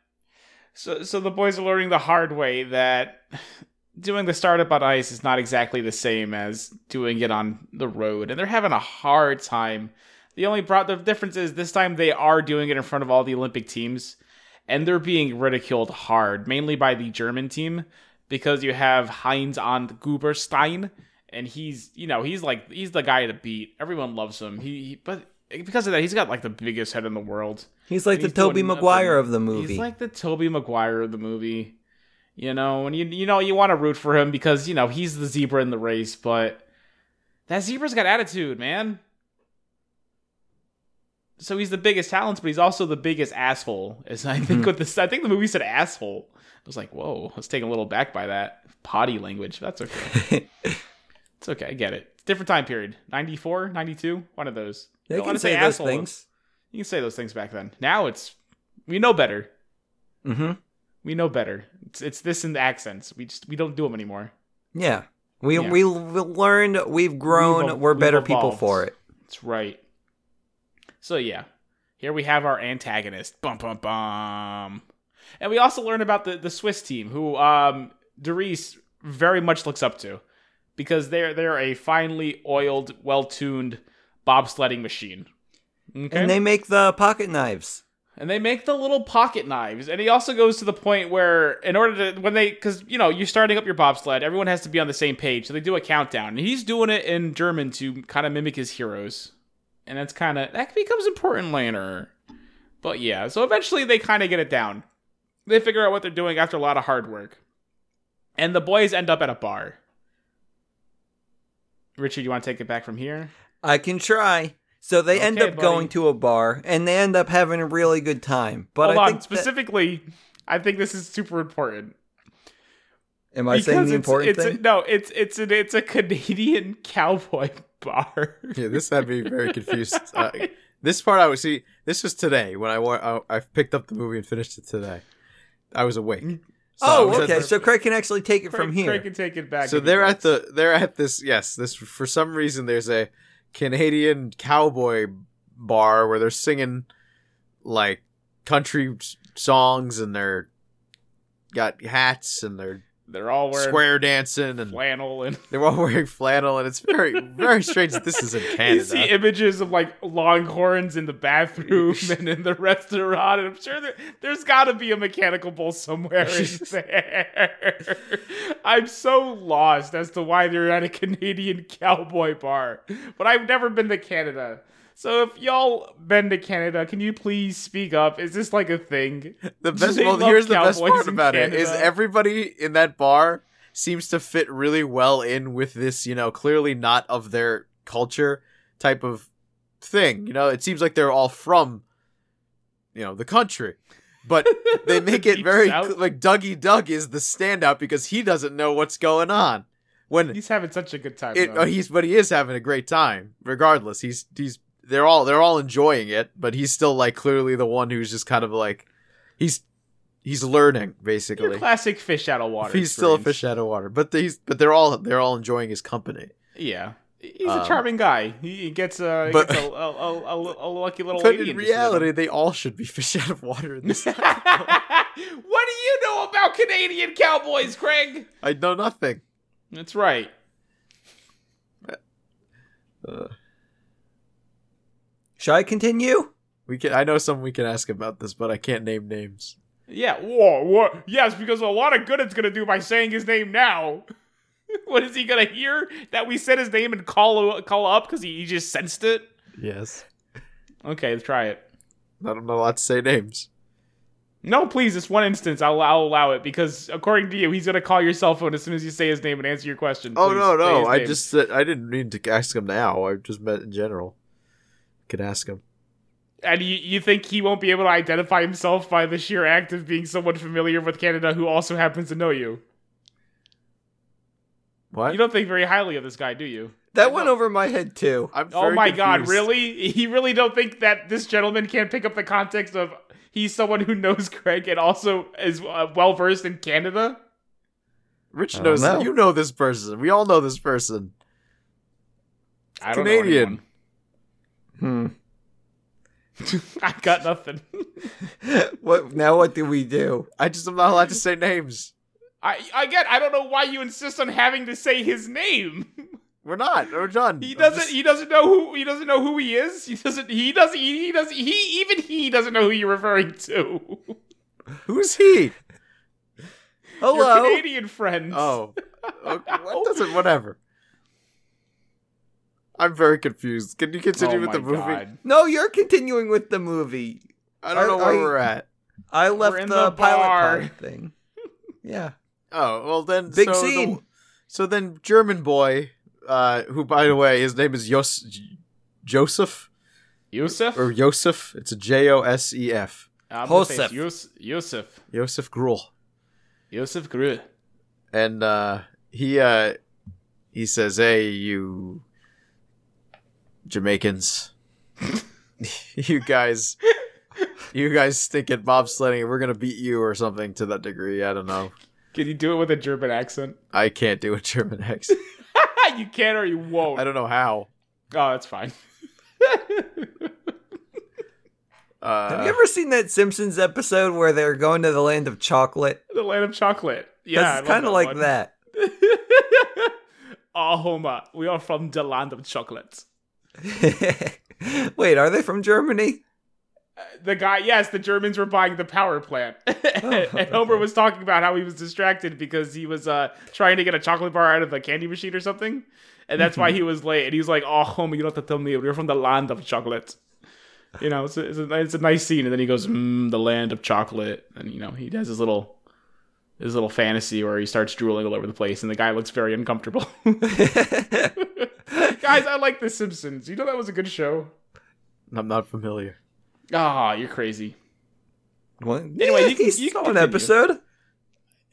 S3: So, so the boys are learning the hard way that doing the startup on ice is not exactly the same as doing it on the road, and they're having a hard time. The only bro- the difference is this time they are doing it in front of all the Olympic teams, and they're being ridiculed hard, mainly by the German team, because you have Heinz on Guberstein, and he's you know he's like he's the guy to beat. Everyone loves him. He, he but because of that, he's got like the biggest head in the world.
S1: He's like
S3: He's
S1: the Toby
S3: doing nothing.
S1: Maguire of the movie.
S3: He's like the Toby Maguire of the movie. You know, and you you know you want to root for him because you know he's the zebra in the race, but That zebra's got attitude, man. So he's the biggest talent, but he's also the biggest asshole. As I think with this, I think the movie said asshole. I was like, whoa, I was taken a little back by that potty language. That's okay. It's okay. I get it. Different time period. 94, 92, one of those. You
S1: they
S3: don't
S1: can
S3: wanna
S1: say, those
S3: asshole.
S1: things.
S3: You can say those things back then. Now it's, we know better.
S1: hmm
S3: We know better. It's, it's this in the accents. We just, we don't do them anymore.
S1: Yeah. We,
S3: Yeah.
S1: we we learned, we've grown,
S3: We've ev-
S1: we are
S3: we've
S1: better people
S3: evolved.
S1: for it.
S3: That's right. So yeah, here we have our antagonist. Bum bum bum. And we also learn about the the Swiss team, who um Doris very much looks up to, because they're they're a finely oiled, well tuned bobsledding machine. Okay.
S1: And they make the pocket knives.
S3: And they make the little pocket knives. And he also goes to the point where, in order to, when they, because, you know, you're starting up your bobsled, everyone has to be on the same page. So they do a countdown. And he's doing it in German to kind of mimic his heroes. And that's kind of, that becomes important later. But yeah, so eventually they kind of get it down. They figure out what they're doing after a lot of hard work. And the boys end up at a bar. Richard, you want to take it back from here?
S1: I can try. So they end
S3: Okay,
S1: up going
S3: buddy.
S1: to a bar and they end up having a really good time. But
S3: Hold
S1: I
S3: on.
S1: think that-
S3: Specifically, I think this is super important.
S1: am I saying the
S3: it's-
S1: important
S3: it's,
S1: thing?
S3: A, no, it's it's an, it's a Canadian cowboy bar.
S2: Yeah, this had me very confused. Uh, this part I was see. This was today when I wa- I, I picked up the movie and finished it today. I was awake.
S3: Mm.
S2: So I was
S1: oh,
S2: at
S1: okay.
S2: the-
S1: So Craig can actually take it from
S3: Craig-
S1: here.
S3: Craig can take it back.
S2: so
S3: if he
S2: they're
S3: wants.
S2: at the they're at this yes this for some reason there's a Canadian cowboy bar where they're singing like country s- songs and they're got hats and they're
S3: they're all wearing
S2: square dancing and
S3: flannel and
S2: they're all wearing flannel and it's very very strange that this is in
S3: you
S2: Canada.
S3: see images of like longhorns in the bathroom and in the restaurant, and I'm sure that there's got to be a mechanical bull somewhere in there. I'm so lost as to why they're at a Canadian cowboy bar, but I've never been to Canada. So if y'all been to Canada, can you please speak up? Is this like a thing?
S2: The best.
S3: They
S2: Well,
S3: love
S2: here's the best
S3: cowboys
S2: part
S3: in
S2: about it is
S3: Canada.
S2: everybody in that bar seems to fit really well in with this. You know, clearly not of their culture type of thing. You know, it seems like they're all from, you know, the country, but they make it
S3: Deep
S2: very
S3: South.
S2: cl- like Dougie Doug is the standout because he doesn't know what's going on when
S3: He's having such a good time.
S2: it,
S3: though.
S2: oh, he's but he is having a great time regardless he's he's they're all they're all enjoying it but he's still like clearly the one who's just kind of like he's he's learning
S3: Your
S2: basically
S3: classic fish out of water.
S2: he's still a
S3: experience.
S2: fish out of water but he's but they're all they're all enjoying his company
S3: Yeah. He's a
S2: Um,
S3: charming guy. He he gets a, he
S2: but-
S3: gets a, a, a, a- a lucky little
S2: but
S3: lady.
S2: in
S3: interested him.
S2: reality they all should be fish out of water in this
S3: what do you know about Canadian cowboys, Craig?
S2: i know nothing
S3: That's right.
S1: Shall I continue?
S2: we can i know someone we can ask about this but i can't name names
S3: Yeah. Whoa, whoa. Yes, because a lot of good it's gonna do by saying his name now. what is he gonna hear that we said his name and call call up because he, he just sensed it?
S2: yes
S3: Okay, let's try it.
S2: i don't know a lot to say names
S3: No, please, this one instance, I'll, I'll allow it because according to you, he's gonna call your cell phone as soon as you say his name and answer your question.
S2: Oh
S3: Please,
S2: no,
S3: say
S2: no!
S3: his
S2: I
S3: name.
S2: just said I didn't mean to ask him now. I just meant in general. Could ask him.
S3: and you, you think he won't be able to identify himself by the sheer act of being someone familiar with Canada who also happens to know you.
S2: What?
S3: You don't think very highly of this guy, do you?
S1: That went over my head too.
S2: I'm
S3: oh
S2: very
S3: my god,
S2: confused.
S3: really? He really don't think that this gentleman can't pick up the context of he's someone who knows Craig and also is uh, well versed in Canada?
S2: Rich
S1: I don't
S2: knows.
S1: know.
S2: You know this person. We all know this person.
S3: I
S2: Canadian.
S1: Hmm.
S3: anyone. I got nothing.
S1: what now? What do we do?
S2: I just am not allowed to say names.
S3: I again, I don't know why you insist on having to say his name.
S2: We're not. We're done.
S3: He
S2: I'm
S3: doesn't. e-
S2: just-
S3: He doesn't know who. He doesn't know who he is. He doesn't. He doesn't. He, he doesn't. He even he doesn't know who you're referring to.
S2: who's he?
S3: Your
S1: Hello.
S3: Canadian friends.
S2: Oh, okay, what doesn't? Whatever. I'm very confused. Can you continue
S3: Oh
S2: with the
S3: my
S2: movie?
S3: God.
S1: No, you're continuing with the movie.
S2: I don't know
S1: I-
S2: where
S1: I-
S2: we're at.
S1: I left
S3: in
S1: the,
S3: the bar.
S1: pilot pod thing. Yeah.
S2: Oh well, then
S1: Big
S2: so the-
S1: scene.
S2: so then German boy, uh, uh, who, by the way, his name is Yos- J- Joseph
S3: Yusuf?
S2: or Yosef. It's a J O S E F.
S3: I'm gonna say
S1: Joseph.
S3: it's Yus- Yusuf.
S2: Yosef Gruel.
S3: Yusuf Gru.
S2: and uh, he uh, he says, "Hey, you Jamaicans, you guys, you guys stink at bobsledding, and we're gonna beat you or something to that degree. I don't know.
S3: Can you do it with a German accent?
S2: I can't do a German accent.
S3: you can or you won't.
S2: I don't know how.
S3: Oh, that's fine.
S2: Uh,
S1: Have
S3: uh,
S1: you ever seen that Simpsons episode where they're going to the land of chocolate?
S3: the land of chocolate.
S1: 'Cause
S3: Yeah,
S1: it's kind of like that.
S3: that. Ah, Homer, we are from the land of chocolate.
S1: Wait, are they from Germany?
S3: The guy, yes, the Germans were buying the power plant, and Homer was talking about how he was distracted because he was uh, trying to get a chocolate bar out of a candy machine or something, and that's why he was late. And he's like, "Oh, Homer, you don't have to tell me we're from the land of chocolate." You know, it's a, it's a, it's a nice scene, and then he goes, mm, "The land of chocolate," and you know, he has his little his little fantasy where he starts drooling all over the place, and the guy looks very uncomfortable. Guys, I like The Simpsons. You know that was a good show.
S2: I'm not familiar.
S3: Ah, you're crazy.
S1: Well,
S3: Anyway, you can-
S1: he
S3: you
S1: saw
S3: can
S1: an
S3: continue.
S1: episode.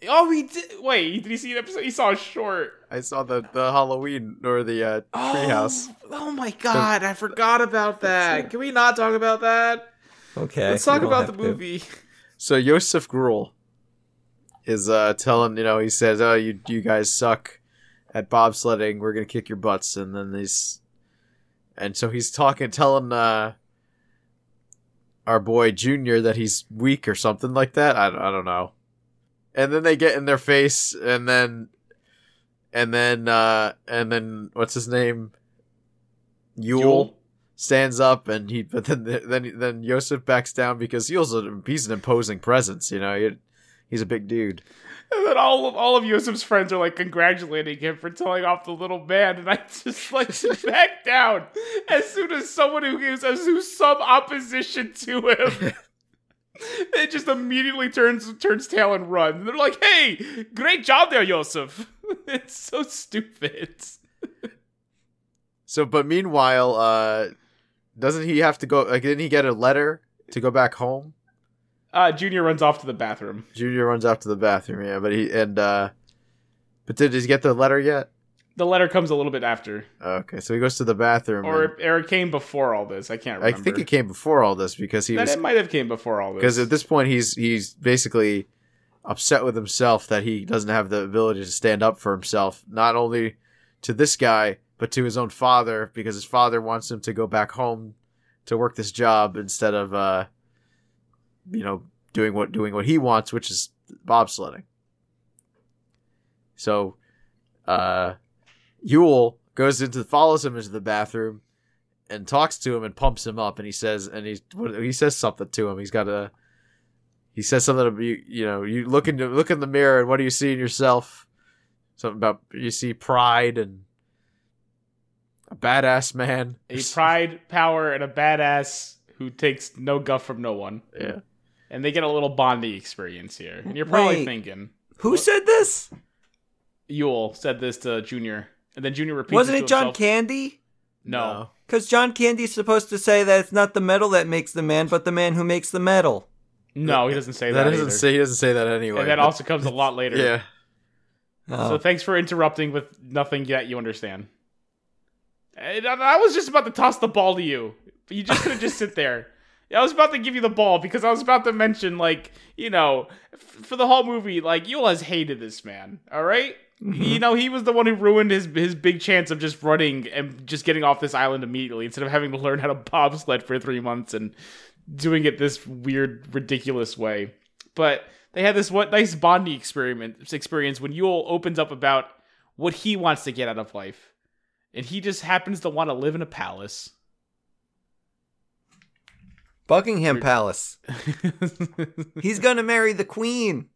S3: Oh, he did. Wait, did he see an episode? He saw a short.
S2: I saw the the Halloween or the uh, treehouse.
S3: Oh my god, I forgot about that. Can we not talk about that?
S1: Okay,
S3: Let's talk
S1: we don't
S3: about the
S1: have to.
S3: movie.
S2: So Yosef Gruel is uh, telling, you know, he says, "Oh, you you guys suck at bobsledding. We're gonna kick your butts." And then he's, and so he's talking, telling uh, our boy Junior that he's weak or something like that. I, I don't know. And then they get in their face, and then, and then, uh, and then what's his name? Yule, stands up, and he, but then then then Yosef backs down because Yule's a, he's an imposing presence. You know, he, he's a big dude.
S3: And then all of all of Yusuf's friends are like congratulating him for telling off the little man, and I just like back down as soon as someone who gives us who's some opposition to him. It just immediately turns turns tail and runs. And they're like, "Hey, great job there, Yosef." It's so stupid.
S2: So, but meanwhile, uh, doesn't he have to go? Like, didn't he get a letter to go back home?
S3: Uh, Junior runs off to the bathroom.
S2: Junior runs off to the bathroom. Yeah, but he and uh, but did he get the letter yet?
S3: The letter comes a little bit after,
S2: Okay, so he goes to the bathroom.
S3: or
S2: and-
S3: it, or it came before all this. I can't
S2: I
S3: remember.
S2: think it came before all this because he
S3: Then
S2: was
S3: it might have came before all this.
S2: because at this point he's he's basically upset with himself that he doesn't have the ability to stand up for himself not only to this guy but to his own father because his father wants him to go back home to work this job instead of uh you know doing what doing what he wants which is bobsledding so uh Yule goes into follows him into the bathroom and talks to him and pumps him up and he says and he what- he says something to him. He's got a he says something about you you know you look into look in the mirror and what do you see in yourself? Something about you see pride and a badass man.
S3: a pride, power, and a badass who takes no guff from no one,
S2: yeah.
S3: and they get a little bonding experience here. And you're probably
S1: Wait.
S3: thinking,
S1: Who said this?
S3: Yule said this to Junior, and then Junior repeats.
S1: Wasn't
S3: to
S1: it John
S3: himself.
S1: Candy?
S3: No.
S1: Because John Candy's supposed to say that it's not the metal that makes the man, but the man who makes the metal.
S3: no, he doesn't say
S2: That
S3: that.
S2: doesn't
S3: either.
S2: say he doesn't say that anyway.
S3: and that also comes a lot later.
S2: yeah.
S1: Oh.
S3: So thanks for interrupting with nothing yet you understand. And I I was just about to toss the ball to you, but you just couldn't just sit there. I was about to give you the ball because I was about to mention, like, you know, f- for the whole movie, like Yule has hated this man. All right? you know, he was the one who ruined his his big chance of just running and just getting off this island immediately instead of having to learn how to bobsled for three months and doing it this weird, ridiculous way. But they had this what nice bonding experiment experience when Yule opens up about what he wants to get out of life, and he just happens to want to live in a palace.
S1: Buckingham Palace.
S3: he's
S1: He's gonna marry the queen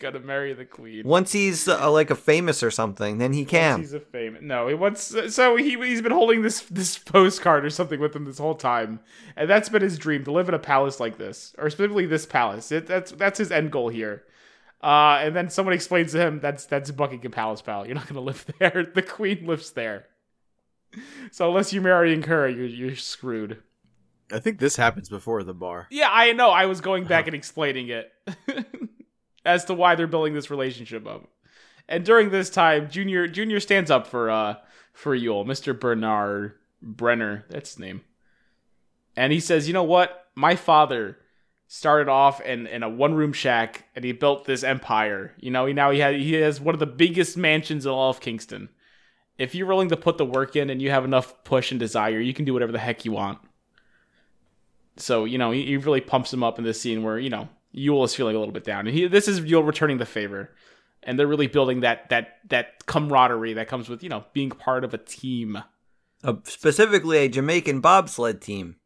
S3: gonna marry the queen.
S1: once he's uh, like a famous or something. Then he
S3: Once
S1: can.
S3: He's a famous. No, he wants. So he he's been holding this this postcard or something with him this whole time, and that's been his dream to live in a palace like this, or specifically this palace. It, that's that's his end goal here. Uh, and then someone explains to him that's that's Buckingham Palace, pal. You're not gonna live there. The queen lives there. So unless you marry and curry, you're you're screwed.
S2: I think this happens before the bar.
S3: Yeah, I know. I was going back and explaining it as to why they're building this relationship up. And during this time, Junior Junior stands up for uh for Yule, Mr. Bernard Brenner, that's his name. And he says, "You know what? My father started off in, in a one-room shack and he built this empire. You know, he now he has he has one of the biggest mansions in all of Kingston. If you're willing to put the work in and you have enough push and desire, you can do whatever the heck you want." so you know he, he really pumps him up in this scene where you know Yule is feeling a little bit down, and he this is Yule returning the favor, and they're really building that that that camaraderie that comes with you know being part of a team.
S1: Uh, specifically, a Jamaican bobsled team.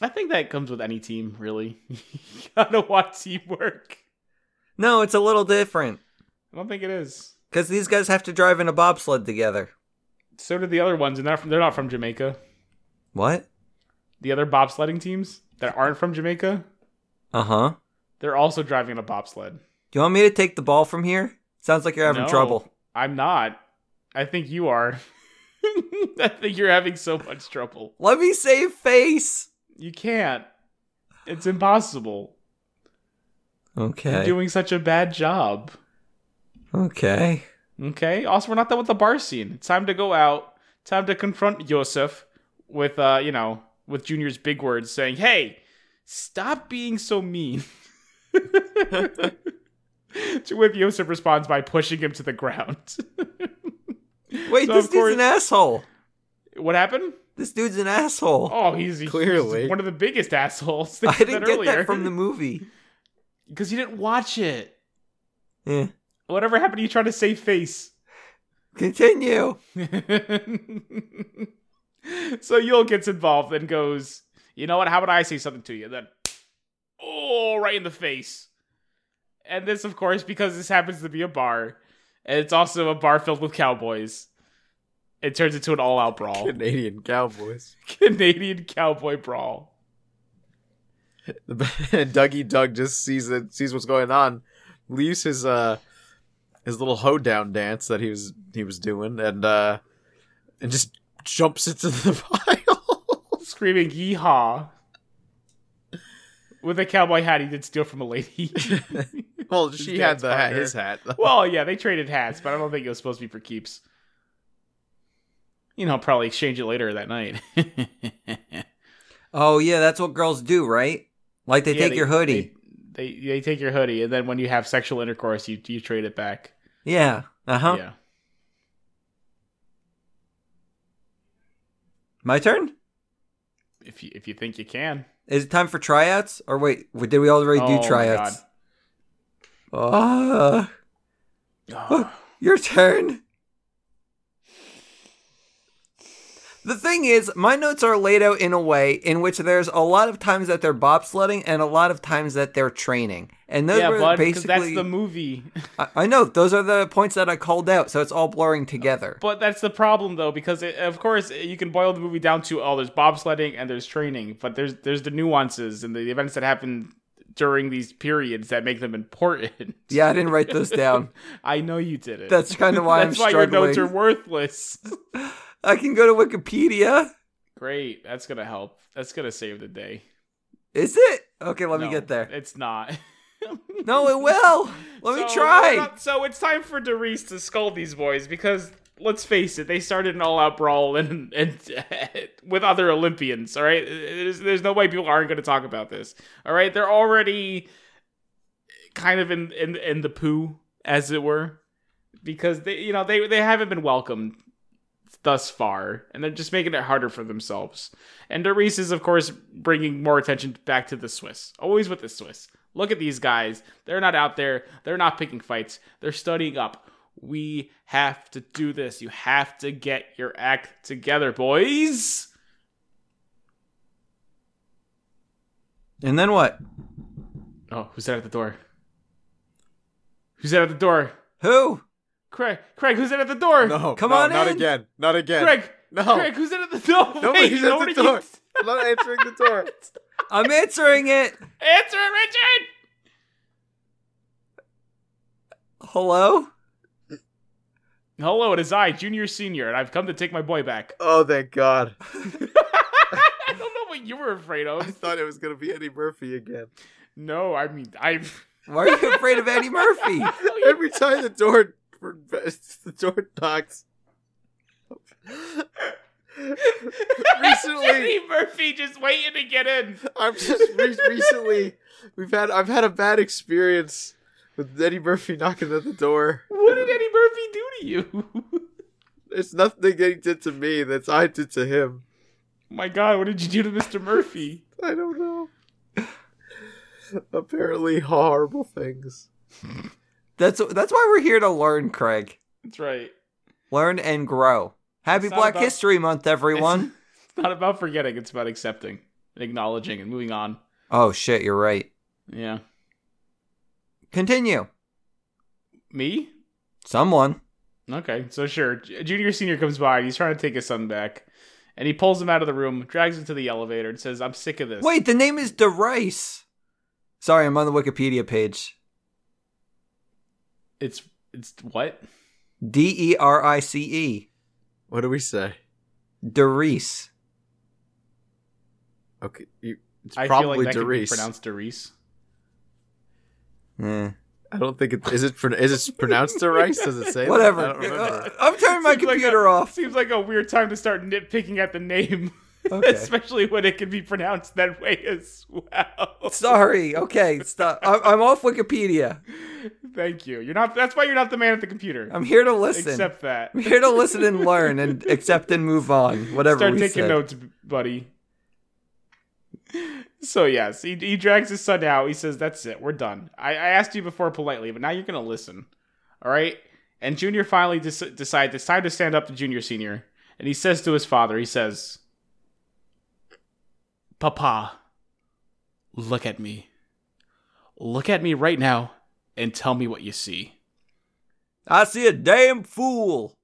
S3: I think that comes with any team, really. you gotta want teamwork.
S1: No, it's a little different
S3: I don't think it is.
S1: because these guys have to drive in a bobsled together.
S3: So do the other ones, and they're from, they're not from Jamaica.
S1: What?
S3: The other bobsledding teams that aren't from Jamaica,
S1: Uh huh. Do
S3: they're also driving a bobsled.
S1: you want me to take the ball from here? Sounds like you're having
S3: No,
S1: trouble.
S3: I'm not. I think you are. I think you're having so much trouble.
S1: Let me save face.
S3: You can't. It's impossible. You're
S1: Okay.
S3: doing such a bad job.
S1: okay.
S3: Okay. Also, we're not done with the bar scene. It's time to go out. Time to confront Yosef with, uh, you know, with Junior's big words saying, "Hey, stop being so mean." to which Yosef responds by pushing him to the ground.
S1: Wait,
S3: So,
S1: this
S3: of
S1: dude's an asshole.
S3: what happened?
S1: This dude's an asshole.
S3: Oh, he's he's
S2: Clearly.
S3: one of the biggest assholes. They
S1: I
S3: said
S1: didn't get
S3: earlier.
S1: that from the movie.
S3: because you didn't watch it.
S1: Yeah.
S3: Whatever happened to you trying to save face?
S1: Continue.
S3: so Yul gets involved and goes, you know what? How about I say something to you? Then, oh, right in the face. And this, of course, because this happens to be a bar, and it's also a bar filled with cowboys. It turns into an all-out brawl,
S2: Canadian Cowboys.
S3: Canadian cowboy brawl.
S2: The- Dougie Doug just sees it, sees what's going on, leaves his uh his little hoedown dance that he was he was doing, and uh and just jumps into the pile.
S3: Screaming yeehaw with a cowboy hat he did steal from a lady.
S2: well, she had
S3: dance
S2: the hat,
S3: partner.
S2: his hat.
S3: Well, yeah, they traded hats, but I don't think it was supposed to be for keeps. You know, probably exchange it later that night.
S1: Oh yeah, that's what girls do, right? Like they
S3: Yeah,
S1: take your hoodie.
S3: They, they they take your hoodie, and then when you have sexual intercourse, you you trade it back.
S1: Yeah. Uh huh.
S3: Yeah.
S1: My turn.
S3: If you if you think you can.
S1: Is it time for tryouts? Or wait, w- did we already
S3: Oh, my
S1: do tryouts? Ah,
S3: God.
S1: your turn. The thing is, my notes are laid out in a way in which there's a lot of times that they're bobsledding and a lot of times that they're training, and those
S3: yeah,
S1: were
S3: bud, because
S1: basically.
S3: that's the movie.
S1: I, I know those are the points that I called out, so it's all
S3: Oh.
S1: blurring together.
S3: But that's the problem, though, because it, of course you can boil the movie down to oh, there's bobsledding and there's training, but there's there's the nuances and the events that happen during these periods that make them important.
S1: Yeah, I didn't write those down.
S3: I know you did it.
S1: That's kind of why
S3: That's
S1: I'm
S3: why
S1: struggling.
S3: your notes are worthless.
S1: I can go to Wikipedia.
S3: Great. That's gonna help. That's gonna save the day.
S1: Is it? Okay, let me
S3: No,
S1: get there.
S3: It's not.
S1: No, it will. Let me
S3: So,
S1: try.
S3: we're not- so it's time for Derice to scold these boys because let's face it, they started an all-out brawl and and with other Olympians. All right, there's, there's no way people aren't going to talk about this. All right, they're already kind of in in in the poo, as it were, because they you know they they haven't been welcomed thus far, and they're just making it harder for themselves. And Doris is, of course, bringing more attention back to the Swiss. Always with the Swiss. Look at these guys. They're not out there. They're not picking fights. They're studying up. We have to do this. You have to get your act together, boys.
S1: And then what?
S3: Oh, who's that at the door? Who's that at the door?
S1: Who?
S3: Craig, Craig, who's that at the door?
S2: no,
S1: Come
S2: no,
S1: on
S2: not
S1: in.
S2: again, not again.
S3: Craig,
S2: no,
S3: Craig, who's that at the door?
S2: nobody's
S3: Wait,
S2: at
S3: nobody
S2: the door.
S3: keeps-
S2: I'm not answering the door.
S1: I'm answering it.
S3: Answer it, Richard.
S1: Hello?
S3: Hello, it is I, junior senior, and I've come to take my boy back.
S2: Oh, thank God.
S3: I don't know what you were afraid
S2: I
S3: of.
S2: thought it was going to be Eddie Murphy again.
S3: No, I mean I.
S1: Why are you afraid of Eddie Murphy?
S2: Every time the door the door knocks. recently,
S3: Eddie Murphy just waiting to get in.
S2: I'm just re- recently we've had I've had a bad experience with Eddie Murphy knocking at the door.
S3: What did Eddie Murphy do to you?
S2: It's nothing that he did to me that's I did to him.
S3: my God, what did you do to Mr. Murphy?
S2: I don't know. Apparently horrible things.
S1: That's that's why we're here to learn, Craig.
S3: That's right.
S1: Learn and grow. Happy
S3: It's not
S1: Black
S3: about-
S1: History Month, everyone.
S3: It's not about forgetting. It's about accepting, and acknowledging, and moving on.
S1: Oh shit, you're right.
S3: Yeah.
S1: Continue.
S3: Me?
S1: Someone.
S3: Okay, so sure. J- Junior senior comes by. and He's trying to take his son back, and he pulls him out of the room, drags him to the elevator, and says, "I'm sick of this."
S1: Wait, the name is DeRice. Sorry, I'm on the Wikipedia page.
S3: it's it's what?
S1: D E R I C
S2: What do we say?
S1: E. DeRice.
S2: Okay, you, it's
S3: I feel
S2: probably
S3: like that could be
S2: Doris.
S3: pronounced Doris.
S1: Eh.
S2: I don't think it is it pro- is it pronounced Doris? Does it say that? I
S1: Whatever. Uh,
S2: don't remember.
S1: I'm turning my
S3: Seems like
S1: computer
S3: a-
S1: off.
S3: Seems like a weird time to start nitpicking at the name,
S1: Okay.
S3: especially when it can be pronounced that way as well.
S1: Sorry. Okay, stop. I'm, I'm off Wikipedia.
S3: Thank you. You're not. That's why you're not the man at the computer.
S1: I'm here to listen.
S3: Accept that.
S1: I'm here to listen and learn and accept and move on. Whatever
S3: Start
S1: we
S3: taking
S1: said.
S3: notes, b- buddy. So yes, he, he drags his son out. He says, "That's it. We're done." I, I asked you before politely, but now you're gonna listen, all right? And Junior finally des- decides it's time to stand up to Junior Senior, and he says to his father, he says, "Papa, look at me. Look at me right now, and tell me what you see."
S1: I see a damn fool.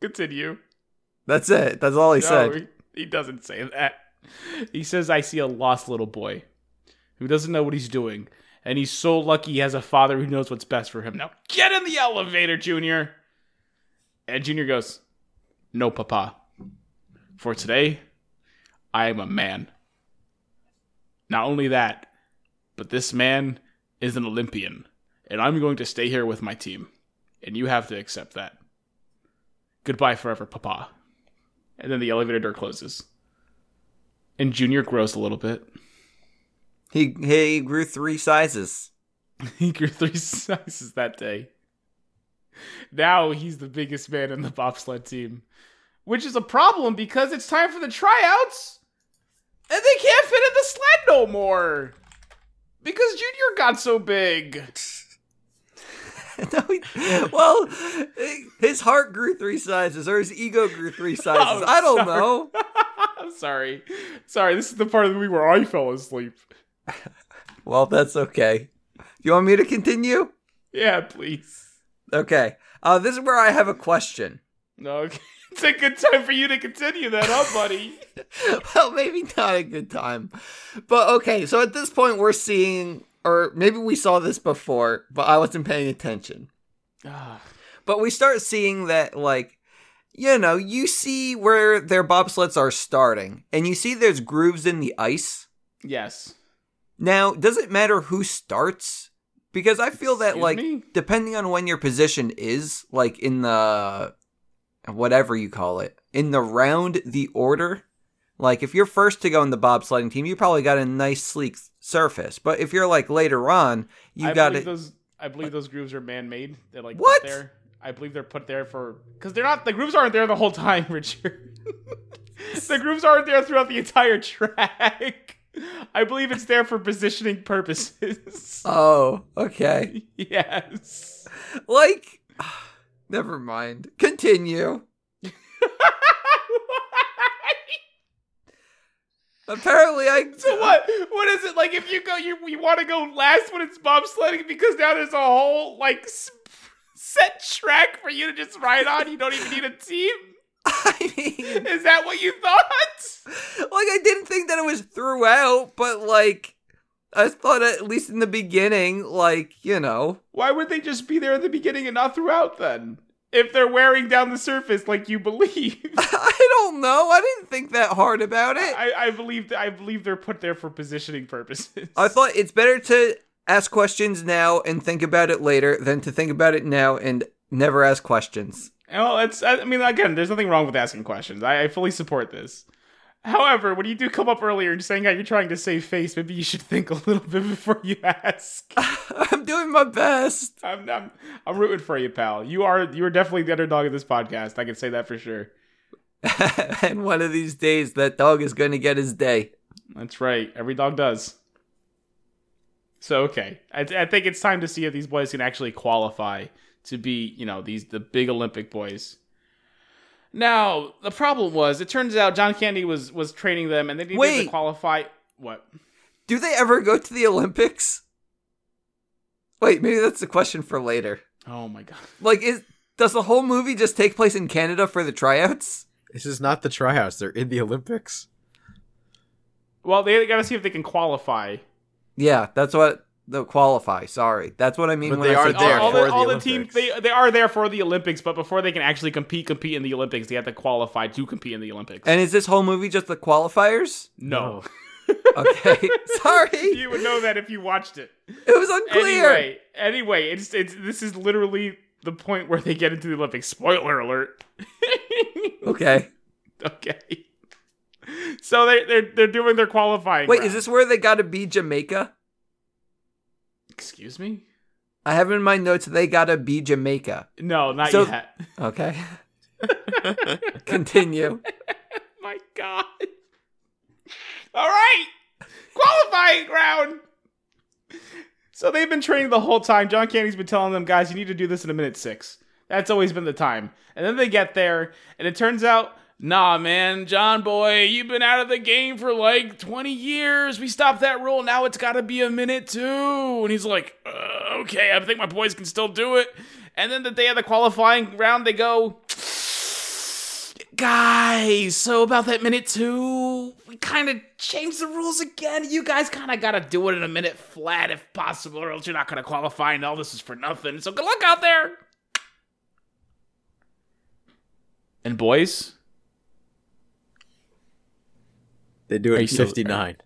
S3: Continue.
S1: That's it. That's all he
S3: no,
S1: said.
S3: He, he doesn't say that. He says, I see a lost little boy who doesn't know what he's doing, and he's so lucky he has a father who knows what's best for him. Now get in the elevator, Junior. And Junior goes, No, Papa. For today, I am a man. Not only that, but this man is an Olympian, and I'm going to stay here with my team. And you have to accept that. Goodbye forever, Papa and then the elevator door closes. And Junior grows a little bit.
S1: He he grew three sizes.
S3: He grew three sizes that day. Now he's the biggest man in the bobsled team, which is a problem because it's time for the tryouts, and they can't fit in the sled no more because Junior got so big.
S1: No, he- well, his heart grew three sizes, or his ego grew three sizes.
S3: Oh,
S1: I don't
S3: sorry.
S1: know.
S3: I'm sorry, sorry. This is the part of the movie where I fell asleep.
S1: Well, that's okay. You want me to continue?
S3: Yeah, please.
S1: Okay. Uh, this is where I have a question.
S3: No, okay. it's a good time for you to continue that, huh, buddy?
S1: well, maybe not a good time. But okay, so at this point, we're seeing, or maybe we saw this before, but I wasn't paying attention.
S3: Ah.
S1: But we start seeing that, like, you know, you see where their bobsleds are starting, and you see there's grooves in the ice.
S3: yes.
S1: Now, does it matter who starts? Because I feel that,
S3: Excuse
S1: like,
S3: me?
S1: depending on when your position is, like in the whatever you call it, in the round, the order, like if you're first to go in the bobsledding team, you probably got a nice sleek surface. But if you're like later on, you
S3: I
S1: got
S3: believe
S1: it.
S3: Those, I believe those grooves are man-made. They're like
S1: What?
S3: put there. I believe they're put there for because they're not the grooves aren't there the whole time, Richard. the grooves aren't there throughout the entire track. I believe it's there for positioning purposes.
S1: Oh, okay.
S3: yes.
S1: Like, never mind. Continue. Apparently, I.
S3: so what? What is it like if you go you, you want to go last when it's bobsledding because now there's a whole like s- set track for you to just ride on. You don't even need a team.
S1: I mean,
S3: Is that what you thought?
S1: like I didn't think that it was throughout, but like I thought at least in the beginning, like, you know.
S3: Why would they just be there at the beginning and not throughout then? If they're wearing down the surface like you believe.
S1: I don't know. I didn't think that hard about it.
S3: I, I believe I believe they're put there for positioning purposes.
S1: I thought it's better to ask questions now and think about it later than to think about it now and never ask questions.
S3: Well, it's. Oh, I mean, again, there's nothing wrong with asking questions. I, I fully support this. However, when you do come up earlier and saying how you're trying to save face, maybe you should think a little bit before you ask.
S1: I'm doing my best.
S3: I'm, I'm, I'm rooting for you, pal. You are you are definitely the underdog of this podcast. I can say that for sure.
S1: and one of these days, that dog is going to get his day.
S3: That's right. Every dog does. So okay, I, I think it's time to see if these boys can actually qualify to be, you know, these the big Olympic boys. Now the problem was, it turns out John Candy was was training them, and they needed
S1: Wait.
S3: to qualify. What?
S1: Do they ever go to the Olympics? Wait, maybe that's a question for later.
S3: Oh my god!
S1: Like, is does the whole movie just take place in Canada for the tryouts?
S2: This is not the tryouts. They're in the Olympics.
S3: Well, they got to see if they can qualify.
S1: Yeah, that's what the qualify. Sorry, that's what I mean.
S2: But
S1: when
S2: they
S1: I
S2: are
S1: said
S2: there
S3: all, all
S2: for
S3: the,
S2: the
S3: all the teams they
S2: Olympics.
S3: they are there for the Olympics, but before they can actually compete compete in the Olympics, they have to qualify to compete in the Olympics.
S1: And is this whole movie just the qualifiers?
S3: no,
S1: Okay, sorry,
S3: you would know that if you watched it.
S1: it was unclear.
S3: Anyway, anyway, it's it's this is literally the point where they get into the Olympics. Spoiler alert.
S1: Okay,
S3: okay. So they they're they're doing their qualifying.
S1: wait,
S3: round.
S1: is this where they got to be Jamaica?
S3: Excuse me?
S1: I have in my notes they got to be Jamaica.
S3: No, not
S1: So-
S3: yet.
S1: Okay, continue.
S3: My God. All right. Qualifying round. So they've been training the whole time. John Candy's been telling them, guys, you need to do this in a minute six. That's always been the time. And then they get there, and it turns out, nah, man, John boy, you've been out of the game for like 20 years. We stopped that rule. Now it's got to be a minute too. And he's like, uh, okay, I think my boys can still do it. And then the day of the qualifying round, they go, guys so about that minute two we kind of changed the rules again you guys kind of gotta do it in a minute flat if possible or else you're not gonna qualify and all this is for nothing so good luck out there and boys
S2: They do
S3: Are
S2: it in
S3: you still-
S2: 59.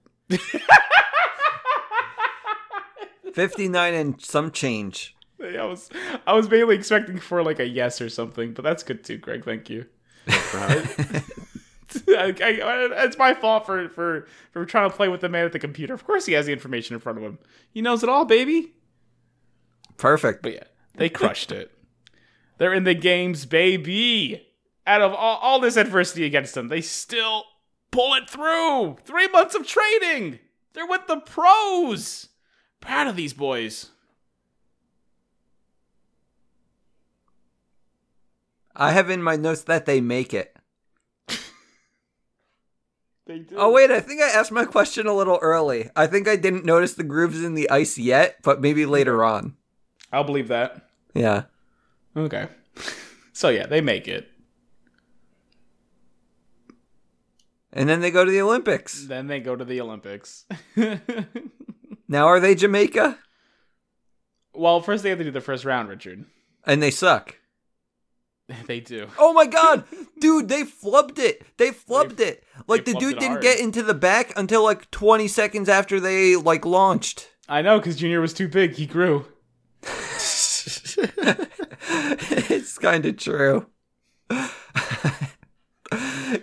S1: 59 and some change.
S3: i was i was mainly expecting for like a yes or something but that's good too greg thank you I, I- it's my fault for for for trying to play with the man at the computer of course he has the information in front of him he knows it all baby
S1: Perfect.
S3: But yeah, they crushed it. They're in the games, baby. Out of all, all this adversity against them, they still pull it through. Three months of training. They're with the pros. Proud of these boys.
S1: I have in my notes that they make it.
S3: They do.
S1: Oh, wait, I think I asked my question a little early. I think I didn't notice the grooves in the ice yet, but maybe later on.
S3: I'll believe that.
S1: Yeah.
S3: Okay. so yeah, they make it.
S1: And then they go to the Olympics.
S3: Then they go to the Olympics.
S1: Now are they Jamaica?
S3: well, first they have to do the first round, Richard.
S1: And they suck.
S3: They do.
S1: Oh my god! Dude, they flubbed it. They flubbed it. Like
S3: they
S1: the
S3: flubbed
S1: dude
S3: it
S1: didn't
S3: hard.
S1: get into the back until like 20 seconds after they like launched.
S3: I know, because Junior was too big. He grew.
S1: it's kind of true.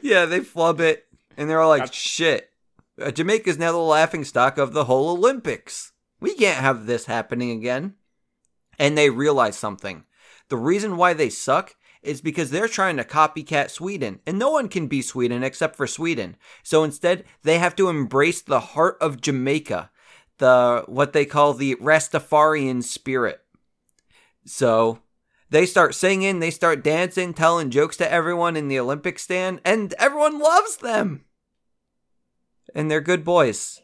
S1: yeah, they flub it, and they're all like, "Shit, uh, Jamaica's now the laughing stock of the whole Olympics. We can't have this happening again." And they realize something. The reason why they suck is because they're trying to copycat Sweden, and no one can be Sweden except for Sweden. So instead, they have to embrace the heart of Jamaica, the what they call the Rastafarian spirit. So they start singing, they start dancing, telling jokes to everyone in the Olympic stand, and everyone loves them. And they're good boys.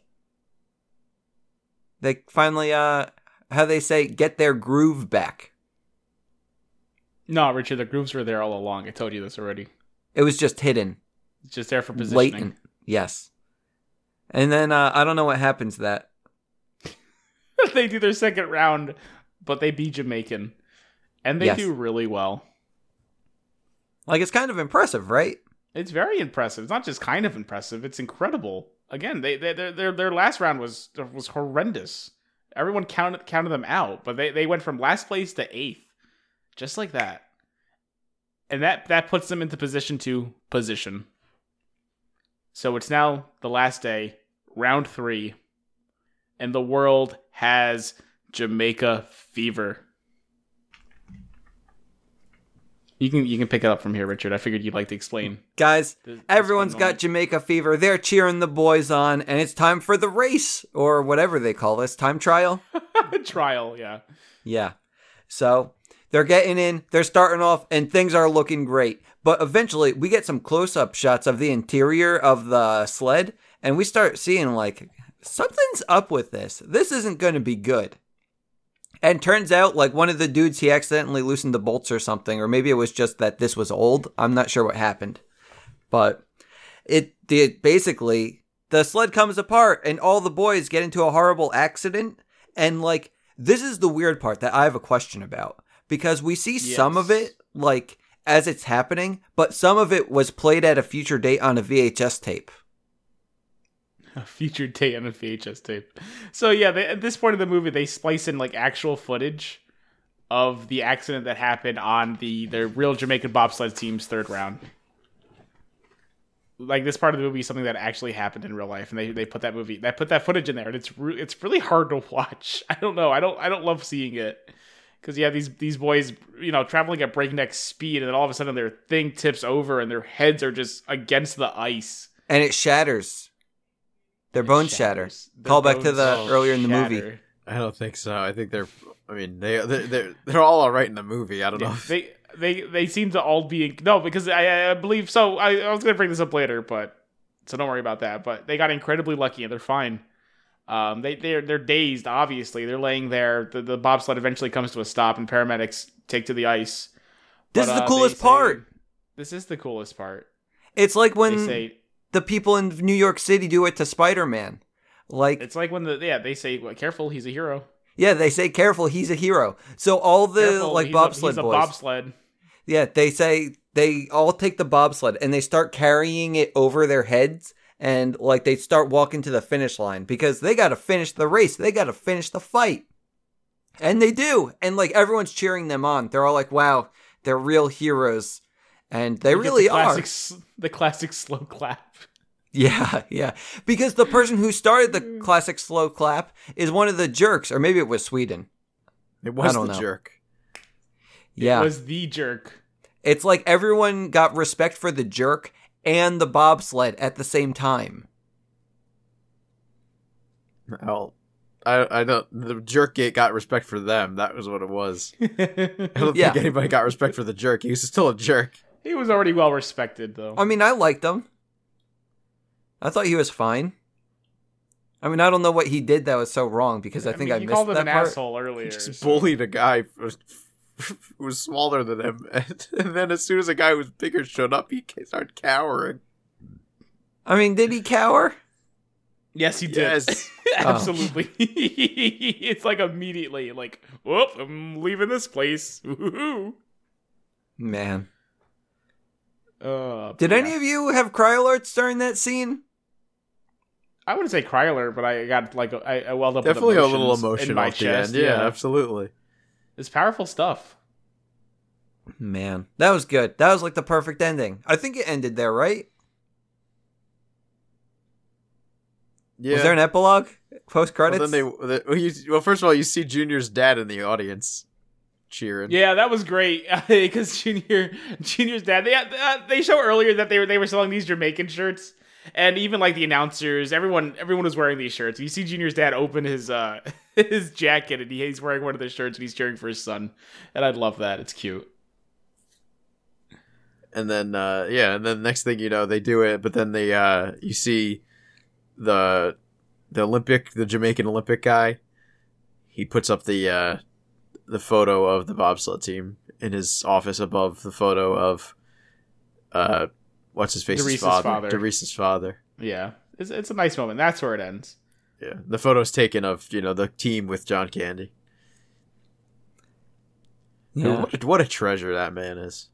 S1: They finally, uh, how they say, get their groove back.
S3: No, Richard, the grooves were there all along. I told you this already.
S1: It was just hidden,
S3: It's just there for positioning.
S1: latent. Yes. And then uh, I don't know what happens to that.
S3: they do their second round, but they be Jamaican, and they
S1: Yes.
S3: do really well.
S1: Like it's kind of impressive, right?
S3: It's very impressive. It's not just kind of impressive. It's incredible. Again, they, they their their their last round was was horrendous. Everyone counted counted them out, but they, they went from last place to eighth, just like that. And that that puts them into position to position. So it's now the last day, round three, and the world has Jamaica fever. You can you can pick it up from here, Richard. I figured you'd like to explain.
S1: Guys,
S3: This- this
S1: everyone's
S3: fun
S1: got
S3: moment.
S1: Jamaica fever. They're cheering the boys on, and it's time for the race or whatever they call this time trial.
S3: trial. Yeah,
S1: Yeah. So they're getting in, they're starting off, and things are looking great. But eventually, we get some close up shots of the interior of the sled, and we start seeing like something's up with this. This isn't going to be good. And turns out, like one of the dudes, he accidentally loosened the bolts or something, or maybe it was just that this was old. I'm not sure what happened. But it, the, basically, the sled comes apart, and all the boys get into a horrible accident. And like this is the weird part that I have a question about because we see some
S3: Yes.
S1: of it like as it's happening, but some of it was played at a future date on a VHS tape.
S3: a featured day on a VHS tape. So yeah, they, at this point of the movie, they splice in like actual footage of the accident that happened on the the real Jamaican bobsled team's third round. Like this part of the movie is something that actually happened in real life, and they, they put that movie that put that footage in there, and it's re- it's really hard to watch. I don't know, I don't I don't love seeing it because you have these these boys you know traveling at breakneck speed, and then all of a sudden their thing tips over, and their heads are just against the ice.
S1: and it shatters. Their bones shatter.
S3: shatters. Their
S1: Call back to
S3: bones
S1: the
S3: all
S1: earlier in the movie.
S3: shatter.
S4: I don't think so. I think they're. I mean, they they're they're, they're all all right in the movie. I don't know. If,
S3: They they they seem to all be no because I, I believe so. I, I was gonna bring this up later, but so don't worry about that. But they got incredibly lucky and they're fine. Um, they they're they're dazed. Obviously, they're laying there. The, the bobsled eventually comes to a stop, and paramedics take to the ice.
S1: This
S3: But,
S1: is the
S3: uh,
S1: coolest
S3: they say-
S1: part.
S3: This is the coolest part.
S1: It's like
S3: they
S1: when
S3: say
S1: the people in New York City do it to Spider Man. Like,
S3: it's like when the yeah they say well, careful he's a hero.
S1: yeah, they say, "Careful, he's a hero." So all the
S3: Careful,
S1: like
S3: he's a-
S1: bobsled
S3: he's a
S1: boys,
S3: bobsled.
S1: yeah, they say they all take the bobsled and they start carrying it over their heads, and like they start walking to the finish line because they got to finish the race. They got to finish the fight. And they do. And like everyone's cheering them on. They're all like, wow, they're real heroes. And they
S3: You get
S1: really
S3: the
S1: are.
S3: classic, s- The classic slow clap.
S1: Yeah, yeah. Because the person who started the classic slow clap is one of the jerks, or maybe it was Sweden.
S4: it was the
S1: don't know.
S4: jerk.
S1: Yeah.
S3: was the jerk.
S1: it's like everyone got respect for the jerk and the bobsled at the same time.
S4: Well, I I don't. The jerk gate got respect for them. That was what it was. I don't
S1: Yeah.
S4: think anybody got respect for the jerk. He was still a jerk.
S3: He was already well respected, though.
S1: I mean, I liked him. I thought he was fine. I mean, I don't know what he did that was so wrong because I think I,
S3: mean, you
S1: missed
S3: called him
S1: that
S3: an
S1: part.
S3: asshole earlier.
S4: He just
S3: so-
S4: bullied a guy who was, who was smaller than him, and, then as soon as a guy who was bigger showed up, he started cowering.
S1: I mean, did he cower?
S3: Yes, he did.
S4: Yes,
S1: Oh.
S3: Absolutely. it's like immediately, like, whoop, I'm leaving this place. Woohoo.
S1: Man,
S3: Uh,
S1: did
S3: yeah.
S1: any of you have cry alerts during that scene?
S3: I wouldn't say cry alert, but I got like a- I I welled up. with
S4: definitely a little
S3: emotions
S4: emotion
S3: in my
S4: off
S3: chest.
S4: the end. Yeah, absolutely.
S3: it's powerful stuff.
S1: Man, that was good. That was like the perfect ending. I think it ended there, right?
S4: Yeah.
S1: Was there an epilogue? Post
S4: well, then
S1: credits?
S4: they, the- well, you- well, first of all, you see Junior's dad in the audience cheering.
S3: Yeah, that was great because Junior, Junior's dad. They uh, they show earlier that they were they were selling these Jamaican shirts, and even like the announcers, everyone everyone was wearing these shirts. You see Junior's dad open his uh his jacket, and he, he's wearing one of the shirts, and he's cheering for his son. And I love that. It's cute.
S4: and then uh yeah and then next thing you know they do it but then they uh you see the the olympic the jamaican olympic guy he puts up the uh the photo of the bobsled team in his office above the photo of uh what's his face
S3: Dereese's
S4: father,
S3: father.
S4: Dereese's father
S3: Yeah, it's it's a nice moment. That's where it ends.
S2: Yeah, the photo's taken of you know the team with John Candy. Dude,
S1: Yeah.
S2: What, a, what a treasure that man is,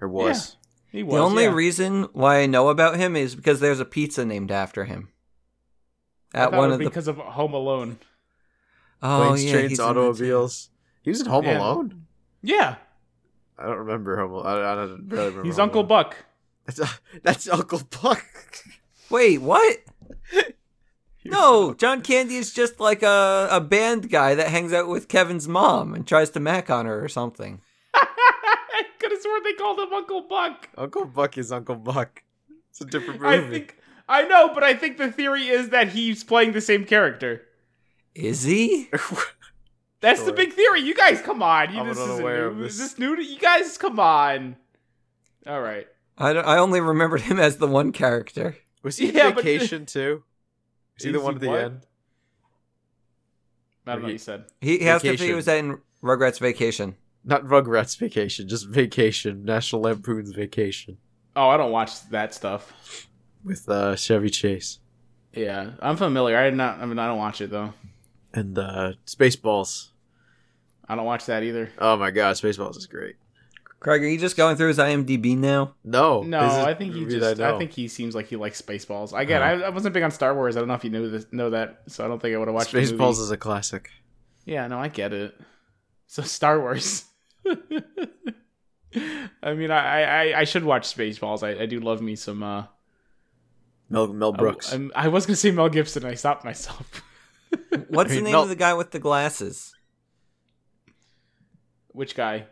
S2: or was.
S3: He was,
S1: The only
S3: yeah.
S1: reason why I know about him is because there's a pizza named after him.
S3: I
S1: At
S3: thought it
S1: one
S3: was
S1: of the
S3: because of Home Alone.
S1: oh
S2: Planes,
S1: yeah,
S2: trains,
S1: he's in that
S2: automobiles. He was in Home
S3: Yeah.
S2: Alone.
S3: Yeah,
S2: I don't remember Home. Al- I, I don't really remember.
S3: he's
S2: Home
S3: Uncle
S2: Alone.
S3: Buck.
S2: That's, that's Uncle Buck.
S1: too. Wait, what? No, John Candy is just like a, a band guy that hangs out with Kevin's mom and tries to mac on her or something.
S3: I could have sworn they called him Uncle Buck.
S2: Uncle Buck is Uncle Buck. It's a different movie.
S3: I think I know, but I think the theory is that he's playing the same character.
S1: Is he?
S3: That's the
S2: Sure.
S3: big theory. You guys, come on. You,
S2: I'm
S3: this isn't
S2: unaware of
S3: new.
S2: this.
S3: Is this new? To, you guys, come on. All right.
S1: I, don't- I only remembered him as the one character.
S2: was he in
S3: Yeah, but-
S2: vacation too? Is he the
S3: Is
S2: one
S3: he
S2: at the
S3: what?
S2: end?
S3: I don't know what you said.
S1: He, he asked if he
S2: Vacation.
S1: was in Rugrats Vacation.
S2: Not Rugrats Vacation, just Vacation. National Lampoon's Vacation
S3: Oh, I don't watch that stuff.
S2: with uh, Chevy Chase
S3: Yeah, I'm familiar. I did not. I mean, I don't watch it though.
S2: and uh, Spaceballs.
S3: I don't watch that either.
S2: Oh my god, Spaceballs is great.
S1: Craig, are you just going through his IMDb now?
S2: No,
S3: No,
S2: this is
S3: I think he
S2: movies
S3: just. I,
S2: know. Uh-huh.
S3: think he seems like he likes Spaceballs. Again, I, I wasn't big on Star Wars. I don't know if you knew this, know that, so I don't think I would have watched the movie.
S2: Spaceballs is a classic.
S3: Yeah, no, I get it. So Star Wars. I mean, I, I I should watch Spaceballs. I, I do love me some. uh
S2: Mel Mel
S3: I-
S2: Brooks.
S3: I'm- I, was gonna say Mel Gibson. I stopped myself.
S1: What's
S2: mean,
S1: the name
S2: no-
S1: of the guy with the glasses?
S3: Which guy?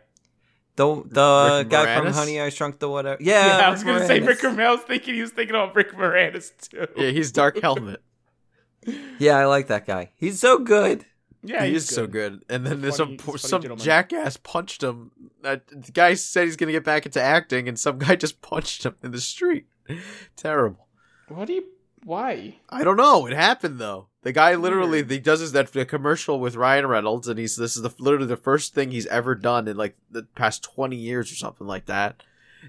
S1: The the
S2: Rick
S1: guy from
S2: Moranis?
S1: Honey I Shrunk the Whatever.
S3: Yeah,
S1: Yeah,
S3: I was gonna say
S1: Moranis.
S3: Rick. Moran- I was thinking he was thinking about Rick Moranis too.
S2: yeah, he's Dark Helmet.
S1: Yeah, I like that guy. He's so good.
S3: Yeah,
S2: he
S3: he's
S2: is so good. And then there's
S3: funny-
S2: some
S3: he's a
S2: poor-
S3: funny
S2: some
S3: gentleman.
S2: jackass punched him. Uh, the guy said he's gonna get back into acting, and some guy just punched him in the street. Terrible.
S3: What do you? Why?
S2: I don't know. It happened though. The guy literally he does his that the commercial with Ryan Reynolds, and he's this is the literally the first thing he's ever done in like the past twenty years or something like that.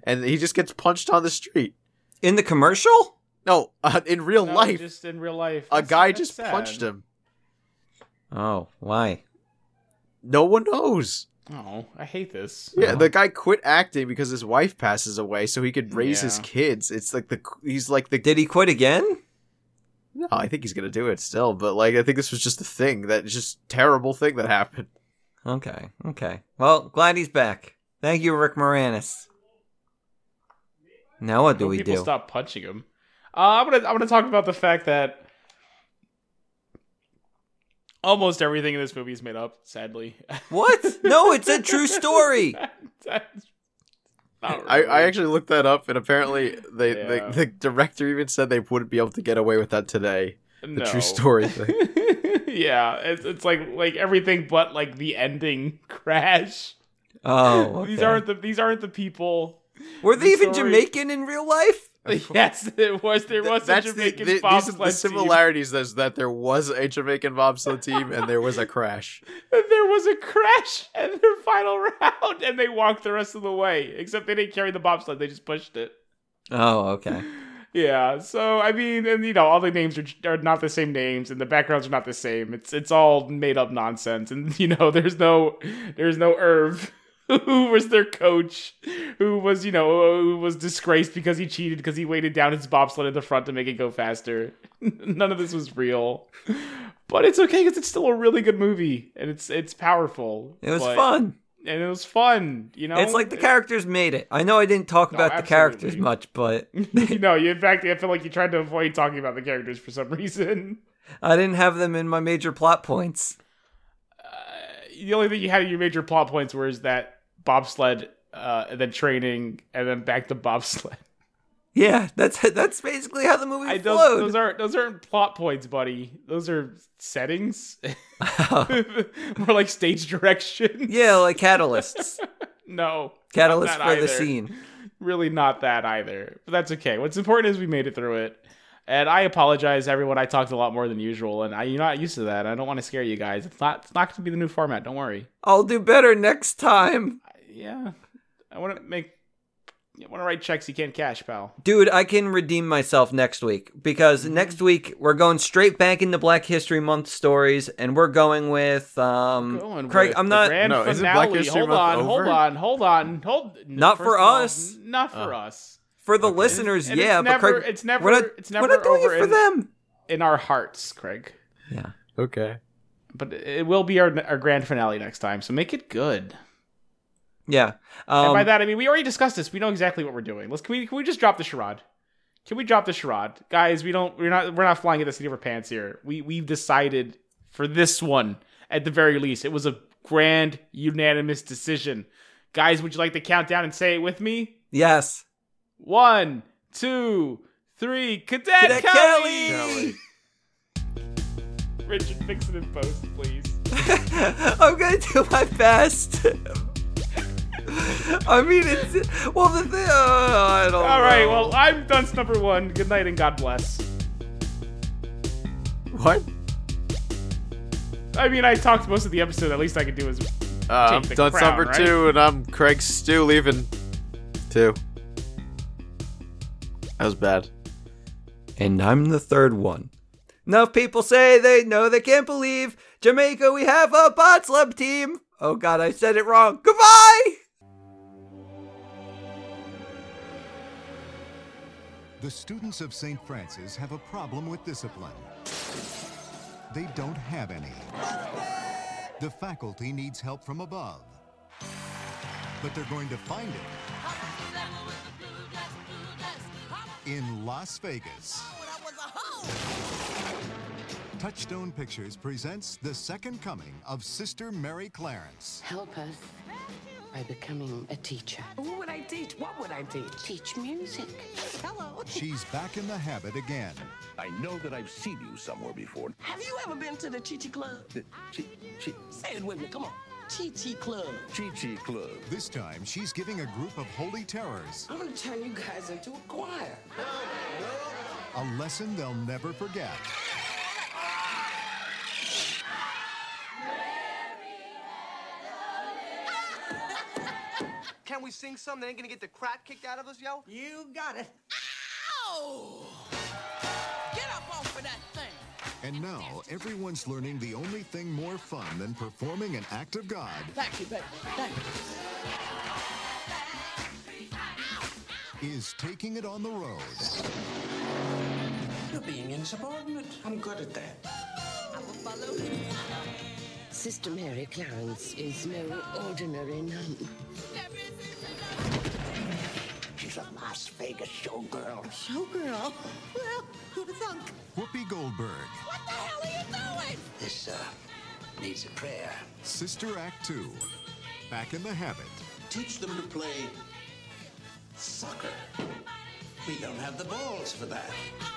S2: And he just gets punched on the street.
S1: In the commercial?
S2: No, uh, in real
S3: No,
S2: life,
S3: just in real life,
S2: a
S3: That's-
S2: guy
S3: that's
S2: just
S3: sad.
S2: punched him.
S1: Oh, why?
S2: No one knows.
S3: Oh, I hate this.
S2: Yeah, the guy quit acting because his wife passes away, so he could raise his
S3: Yeah.
S2: kids. It's like the he's like the.
S1: Did he quit again?
S2: No, I think he's gonna do it still, but like I think this was just the thing that just terrible thing that happened.
S1: Okay, okay. Well, glad he's back. Thank you, Rick Moranis. Now what do
S3: When
S1: we
S3: people
S1: do?
S3: stop punching him. Uh, I'm gonna I'm gonna talk about the fact that almost everything in this movie is made up. Sadly,
S1: What? No, it's a true story.
S3: That's not
S2: I, I
S3: really-
S2: actually looked that up, and apparently they,
S3: Yeah.
S2: they the director even said they wouldn't be able to get away with that today. The
S3: No.
S2: true story thing.
S3: yeah, it's it's like like everything but like the ending crash.
S1: Oh,
S3: These
S1: okay.
S3: aren't the these aren't the people.
S1: Were they
S3: the
S1: even
S3: story-
S1: Jamaican in real life?
S3: Yes, it was there was a
S2: That's the,
S3: Jamaican
S2: the, these are
S3: bobsled
S2: the
S3: team.
S2: similarities is that there was a Jamaican bobsled team and there was a crash.
S3: And there was a crash in their final round, and they walked the rest of the way. Except they didn't carry the bobsled; they just pushed it.
S1: Oh, okay.
S3: Yeah. So I mean, and you know, all the names are, are not the same names, and the backgrounds are not the same. It's it's all made up nonsense, and you know, there's no there's no Irv. Who was their coach? Who was you know who was disgraced because he cheated because he weighted down his bobsled in the front to make it go faster. None of this was real, but it's okay because it's still a really good movie and it's it's powerful.
S1: It was
S3: But-
S1: fun.
S3: and it was fun. You know,
S1: It's like the characters made it. I know I didn't talk
S3: No,
S1: about the characters
S3: absolutely.
S1: much, but
S3: you know, you- in fact, I feel like you tried to avoid talking about the characters for some reason.
S1: I didn't have them in my major plot points.
S3: the only thing you had in your major plot points were is that bobsled, uh, and then training, and then back to bobsled.
S1: Yeah, that's that's basically how the movie
S3: I, those,
S1: flowed.
S3: those aren't those aren't plot points, buddy. Those are settings, more like stage direction.
S1: yeah, like catalysts,
S3: No,
S1: catalysts
S3: not
S1: for
S3: that either.
S1: the scene.
S3: really not that either. But that's okay. What's important is we made it through it. And I apologize, everyone. I talked a lot more than usual, and I, you're not used to that. I don't want to scare you guys. It's not it's not going to be the new format. Don't worry.
S1: I'll do better next time.
S3: yeah, I want to make You want to write checks you can't cash, pal.
S1: Dude, I can redeem myself next week because
S3: Mm-hmm.
S1: next week we're going straight back into Black History Month stories, and we're going with um.
S3: Going
S1: Craig,
S3: with
S1: I'm
S3: the
S1: not.
S3: Grand
S4: No, isn't Black
S3: finale.
S4: History
S3: Hold
S4: Month
S3: on,
S4: over?
S3: hold on, hold on, hold. n-
S1: Not for
S3: first of all,
S1: us.
S3: n- Not for
S4: Oh.
S3: us.
S1: For the listeners,
S3: And
S1: yeah,
S3: it's
S1: but
S3: never,
S1: Craig,
S3: it's never,
S1: we're not,
S3: it's never
S1: we're not doing
S3: over
S1: it for
S3: in,
S1: them.
S3: in our hearts, Craig.
S1: Yeah,
S4: Okay.
S3: But it will be our, our grand finale next time. So make it good.
S1: yeah. Um,
S3: and by that I mean we already discussed this. We know exactly what we're doing. Let's can we can we just drop the charade? Can we drop the charade, guys? We don't. We're not. We're not flying at the seat of our pants here. We we've decided for this one at the very least. It was a grand unanimous decision. Guys, would you like to count down and say it with me?
S1: yes.
S3: One, two, three. Cadet,
S1: Cadet
S3: Kelly.
S1: Kelly!
S3: Richard, fix it in post, please.
S1: I'm gonna do my best. I mean, it's well the thing. Uh, I don't.
S3: All right.
S1: know.
S3: Well, I'm dunce number one. Good night and God bless.
S4: What?
S3: I mean, I talked most of the episode. At least I could do is
S4: Uh, I'm
S3: Take the
S4: dunce
S3: crown,
S4: number
S3: right?
S4: two, and I'm Craig Stew leaving. Two. That was bad.
S1: and I'm the third one. Enough people say they know they can't believe Jamaica. We have a bobsled team. Oh God, I said it wrong. Goodbye.
S5: The students of St. Francis have a problem with discipline. They don't have any. The faculty needs help from above. But they're going to find it in Las Vegas. Touchstone Pictures presents The Second Coming of Sister Mary Clarence.
S6: Help us by becoming a teacher.
S7: Who would I teach? What would I teach?
S6: Teach music.
S7: Hello.
S5: She's back in the habit again.
S8: I know that I've seen you somewhere before.
S7: Have you ever been to the Chi Chi Club?
S8: The Chi Chi
S7: Say it with me. Come on. Chi Chi Club.
S8: Chi Chi Club.
S5: This time, she's giving a group of holy terrors
S7: I'm gonna turn you guys into a choir.
S5: a lesson they'll never forget.
S9: Can we sing something that ain't gonna get the crap kicked out of us, yo?
S7: You got it. Ow! Get up off of that thing.
S5: And now, everyone's learning the only thing more fun than performing an act of God
S7: Thank you, baby. Thank you.
S5: is taking it on the road.
S7: You're being insubordinate. I'm good at that. I will follow him.
S6: Sister Mary Clarence is no ordinary nun.
S8: She's a Las Vegas showgirl.
S6: Showgirl.
S7: Well, who'd have thunk?
S5: Whoopi Goldberg,
S7: What the hell are you doing?
S8: This uh, needs a prayer.
S5: Sister Act 2, Back in the Habit,
S8: Teach them to play soccer. We don't have the balls for that.